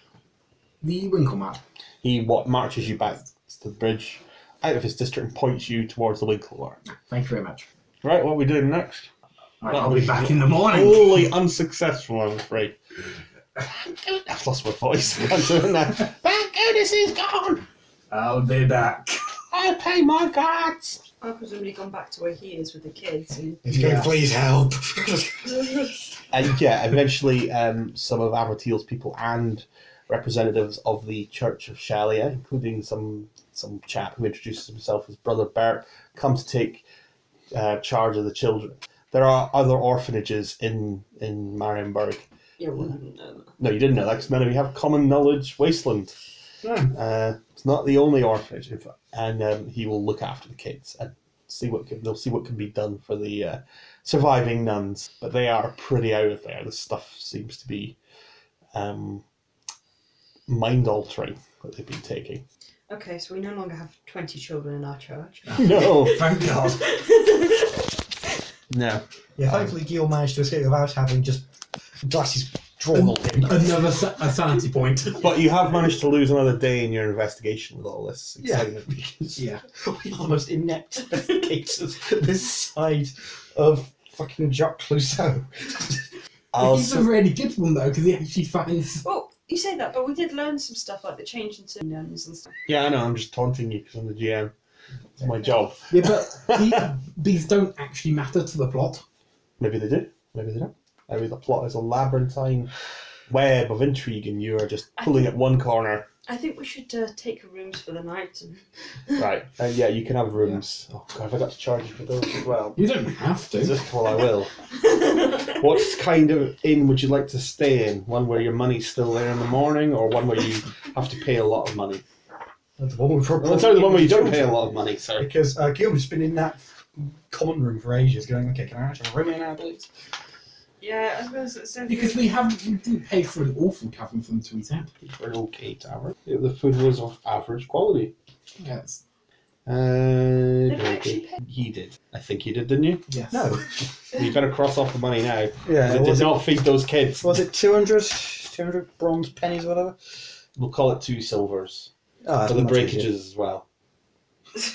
Speaker 5: The Winkle map.
Speaker 3: He what marches you back to the bridge, out of his district, and points you towards the Winkle Bar.
Speaker 5: Thank you very much.
Speaker 3: Right, what are we doing next?
Speaker 5: All right,
Speaker 3: Well,
Speaker 5: I'll be back in the
Speaker 2: Oh.
Speaker 5: morning.
Speaker 3: Wholly unsuccessful, I'm afraid. I've lost my voice. I'm doing that. Thank goodness he's gone.
Speaker 5: I'll be back.
Speaker 3: I pay my guards.
Speaker 4: I've presumably gone back to where he is with the kids. And...
Speaker 6: He's going, please help.
Speaker 3: And yeah, eventually, um, some of Averteel's people and representatives of the Church of Shalia, including some some chap who introduces himself as Brother Bert, come to take uh, charge of the children. there are other orphanages in in Marienburg.
Speaker 4: Yeah, well, I didn't know that.
Speaker 3: No, you didn't know that because none of you have common knowledge. Wasteland. Uh, it's not the only orphanage, in fact. and um, he will look after the kids and see what can, they'll see what can be done for the uh, surviving nuns. But they are pretty out of there. This stuff seems to be um, mind altering that they've been taking.
Speaker 4: Okay, so we no longer have 20 children in our church.
Speaker 3: No,
Speaker 5: Oh,
Speaker 1: Thank God.
Speaker 3: no.
Speaker 1: Yeah, thankfully Gil managed to escape without having just glasses drawn on him.
Speaker 13: Another sa- a sanity point.
Speaker 3: But you have managed to lose another day in your investigation with all this
Speaker 1: Yeah.
Speaker 3: excitement. because
Speaker 1: Yeah, we are the most inept investigators this side of fucking Jacques Clouseau.
Speaker 3: I'll
Speaker 5: He's
Speaker 3: s-
Speaker 5: a really good one though, because he actually finds.
Speaker 4: Well, you say that, but we did learn some stuff like the change into nuns and stuff.
Speaker 3: yeah, I know. I'm just taunting you because I'm the GM. It's my job.
Speaker 5: Yeah, but the, these don't actually matter to the plot.
Speaker 3: Maybe they do. Maybe they don't. Maybe the plot is a labyrinthine web of intrigue, and you are just pulling at one corner.
Speaker 4: I think we should uh, take rooms for the night. And...
Speaker 3: Right. And yeah, you can have rooms. Oh god, have I got to charge you for those as well?
Speaker 5: You don't have to.
Speaker 3: well, I will. What kind of inn would you like to stay in? One where your money's still there in the morning, or one where you have to pay a lot of money?
Speaker 1: That's the one we probably.
Speaker 3: Well, sorry, the one where you don't pay a lot of money. Sorry.
Speaker 1: Because uh, Gilbert's been in that common room for ages, going, okay, can I actually room in now, please?
Speaker 4: Yeah, I suppose it's
Speaker 5: Because we haven't, we didn't pay for an awful cabin for them to eat at.
Speaker 3: For an okay tavern, Yeah, the food was of average quality.
Speaker 5: Yes.
Speaker 3: Uh,
Speaker 4: Did I actually pay?
Speaker 3: he did. I think he did, didn't you?
Speaker 5: Yes.
Speaker 1: No.
Speaker 3: You better cross off the money now.
Speaker 1: Yeah,
Speaker 3: It did
Speaker 1: was, it,
Speaker 3: not feed those kids.
Speaker 1: was it 200, 200 bronze pennies or whatever?
Speaker 3: We'll call it two silvers
Speaker 1: Ah,
Speaker 3: for the breakages as well.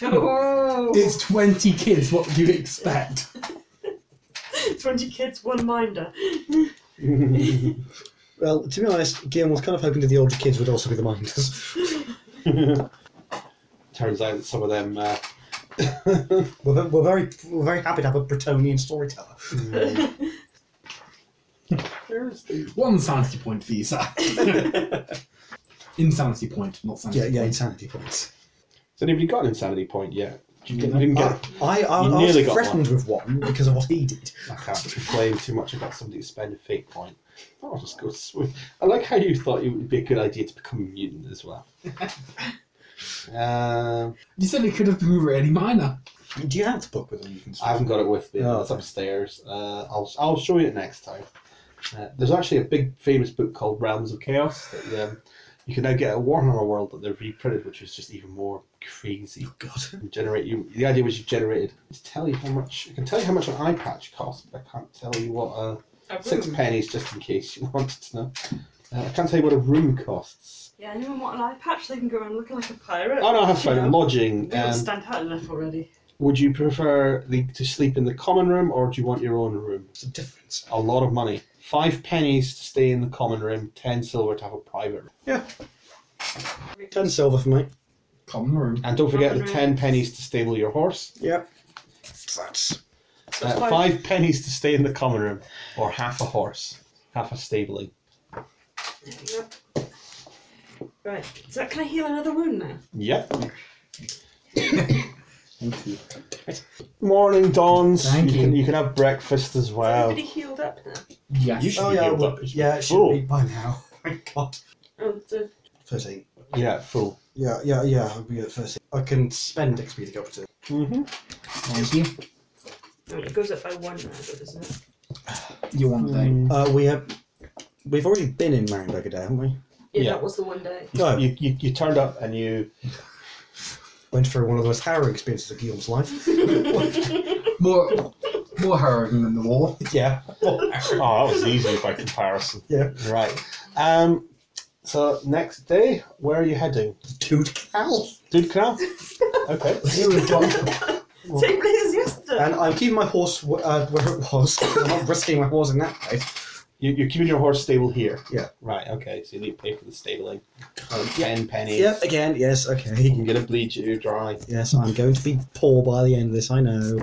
Speaker 4: oh,
Speaker 5: It's 20 kids, what do you expect?
Speaker 4: 20 kids, one minder.
Speaker 1: Well, to be honest, Guillaume was kind of hoping that the older kids would also be the minders.
Speaker 3: Turns out that some of them. Uh,
Speaker 1: We're, ve- we're very we're very happy to have a Bretonian storyteller.
Speaker 5: One sanity point for you, sir. Insanity point, not
Speaker 1: Yeah,
Speaker 5: sanity
Speaker 1: yeah,
Speaker 5: point.
Speaker 1: insanity points.
Speaker 3: has anybody got an insanity point yet? Did you get,
Speaker 5: No.
Speaker 3: didn't
Speaker 1: I,
Speaker 3: get,
Speaker 1: I, I,
Speaker 3: You
Speaker 1: I
Speaker 3: nearly
Speaker 1: was
Speaker 3: got
Speaker 1: threatened with one because of what he did.
Speaker 3: I can't complain too much about somebody who spend a fake point. I'll just go swim. I like how you thought it would be a good idea to become a mutant as well. Um
Speaker 5: You said it could have been really minor.
Speaker 1: Do you have the book with him? You can
Speaker 3: I haven't got it with me.
Speaker 1: Oh,
Speaker 3: it's
Speaker 1: okay.
Speaker 3: upstairs. Uh, I'll I'll show you it next time. Uh, there's actually a big famous book called Realms of Chaos that um, you can now get at Warhammer World that they've reprinted, which is just even more crazy.
Speaker 1: Oh, God.
Speaker 3: You generate you. The idea was you generated to tell you how much. I can tell you how much an eye patch costs, but I can't tell you what uh, six
Speaker 4: Hmm.
Speaker 3: pennies just in case you wanted to know. Uh, I can't tell you what a room costs.
Speaker 4: Yeah, anyone want an eye patch? They can go around looking like a pirate.
Speaker 3: Oh no, I have found
Speaker 4: Yeah. We
Speaker 3: lodging.
Speaker 4: don't
Speaker 3: Um,
Speaker 4: stand out enough already.
Speaker 3: would you prefer the, to sleep in the common room or do you want your own room?
Speaker 1: What's the difference?
Speaker 3: a lot of money. Five pennies to stay in the common room, ten silver to have a private room.
Speaker 1: Ten silver for me.
Speaker 5: Common room.
Speaker 3: And don't forget the
Speaker 4: Common
Speaker 3: ten pennies to stable your horse.
Speaker 1: Yep. That's
Speaker 3: Uh,
Speaker 4: five-
Speaker 3: five pennies to stay in the common room, or half a horse, half a stabling.
Speaker 4: Yep. Right, so can I heal another wound now?
Speaker 3: Yep.
Speaker 5: Thank you.
Speaker 3: Morning dawns.
Speaker 5: Thank
Speaker 3: you. Can,
Speaker 5: you.
Speaker 3: you can have breakfast as
Speaker 4: Is
Speaker 3: well.
Speaker 4: everybody healed up now?
Speaker 5: Yes.
Speaker 3: You should
Speaker 1: Oh
Speaker 3: be
Speaker 1: yeah,
Speaker 3: healed
Speaker 1: well,
Speaker 3: up as
Speaker 1: yeah,
Speaker 3: you're
Speaker 1: it should
Speaker 3: full.
Speaker 1: be by now. My God.
Speaker 4: Oh, the,
Speaker 1: Thirteen.
Speaker 3: Yeah, full.
Speaker 1: Yeah, yeah, yeah. I'll be at thirteen. I can spend XP to go up to.
Speaker 3: Mm-hmm.
Speaker 5: Thank you.
Speaker 4: oh, it goes up by one now, doesn't it?
Speaker 5: You want
Speaker 3: Mm-hmm.
Speaker 5: the
Speaker 1: Uh, we have. We've already been in Marienburg a day, haven't we?
Speaker 4: Yeah,
Speaker 3: Yeah.
Speaker 4: that was the one day.
Speaker 1: No.
Speaker 3: You, you, you turned up and you
Speaker 1: Went through one of the most harrowing experiences of Guillaume's life.
Speaker 5: more more harrowing than the war.
Speaker 1: yeah.
Speaker 3: Oh, that was easy by comparison.
Speaker 1: Yeah.
Speaker 3: Right. Um, so next day, where are you heading?
Speaker 1: Dude, Cal.
Speaker 3: Dude Canal? Okay.
Speaker 5: Here we've got
Speaker 4: Same place as yesterday.
Speaker 1: And I'm keeping my horse wh- uh, where it was. I'm not risking my horse in that place.
Speaker 3: You, you're keeping your horse stable here.
Speaker 1: Yeah.
Speaker 3: Right, okay. So you need to pay for the stabling.
Speaker 1: Um,
Speaker 3: Ten pennies.
Speaker 1: Yep. Again. Yes. Okay.
Speaker 3: I'm going to bleed you dry.
Speaker 1: Yes, I'm going to be poor by the end of this. I know.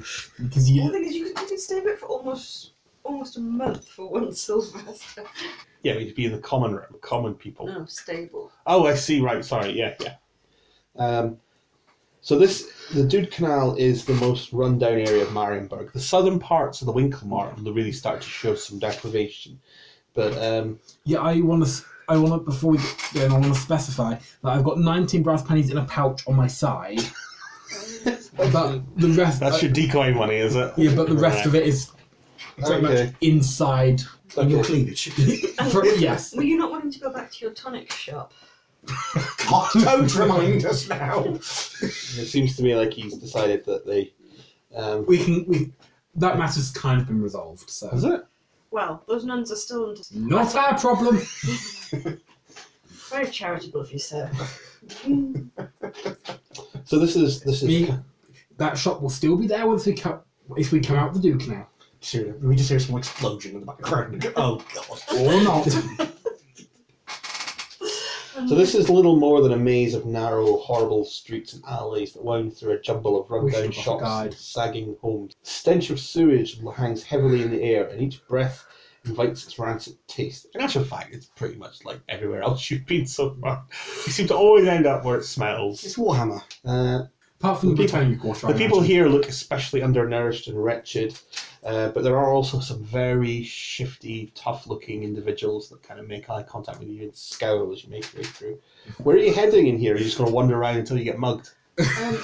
Speaker 5: because
Speaker 4: The
Speaker 5: you
Speaker 4: other thing is, you could, you could stay a bit for almost almost a month for one Sylvester.
Speaker 3: Yeah, we'd be in the common room. Common people.
Speaker 4: No, stable.
Speaker 3: Oh, I see. Right, sorry. Yeah, yeah. Um, So this the Dude Canal is the most rundown area of Marienburg. The southern parts of the Winkelmark will really start to show some deprivation. But um,
Speaker 5: Yeah, I want to. I want to. Before we get going, I want to specify that I've got 19 brass pennies in a pouch on my side, but the rest. uh,
Speaker 3: that's your decoy money, is it?
Speaker 5: yeah, but the rest of it is pretty much
Speaker 3: Okay.
Speaker 5: inside.
Speaker 1: And your cleavage.
Speaker 5: For, yes.
Speaker 4: Were you not wanting to go back to your tonic shop?
Speaker 1: Don't remind us now.
Speaker 3: It seems to me like he's decided that they. Um,
Speaker 5: we can we that matter's kind of been resolved so
Speaker 3: is it?
Speaker 4: Well, those nuns are still under.
Speaker 5: not our problem
Speaker 4: Very charitable of you, sir.
Speaker 3: So this is this is
Speaker 5: Me- that shop will still be there once we come if we come out the duke now
Speaker 1: Seriously, we just hear some explosion in the background. Oh god.
Speaker 5: or not
Speaker 3: so this is little more than a maze of narrow, horrible streets and alleys that wound through a jumble of
Speaker 5: We should
Speaker 3: rundown
Speaker 5: have
Speaker 3: shops
Speaker 5: guide.
Speaker 3: and sagging homes. The stench of sewage hangs heavily in the air, and each breath invites its rancid taste. In actual fact, it's pretty much like everywhere else you've been so far. You seem to always end up where it smells.
Speaker 1: It's Warhammer.
Speaker 3: Uh,
Speaker 5: apart from the
Speaker 3: The people-
Speaker 5: Britannia quarter I
Speaker 3: The people
Speaker 5: imagine.
Speaker 3: here look especially undernourished and wretched, uh, but there are also some very shifty, tough-looking individuals that kind of make eye contact with you and scowl as you make your way through. Where are you heading in here? Are you just going to wander around until you get mugged?
Speaker 4: Um,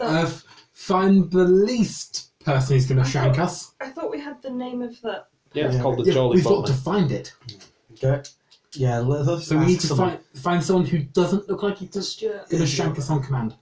Speaker 5: uh, f- find the least person who's going to shank us
Speaker 4: I thought we had the name of that.
Speaker 3: Yeah, it's
Speaker 1: Yeah.
Speaker 3: called the
Speaker 5: Yeah,
Speaker 3: Jolly
Speaker 5: we've got to
Speaker 3: Bottom.
Speaker 5: find it
Speaker 1: Okay. Yeah, let us
Speaker 5: so we
Speaker 1: ask
Speaker 5: need to
Speaker 1: someone.
Speaker 5: find find someone who doesn't look like he's
Speaker 4: Stuart.
Speaker 5: going to shank us on command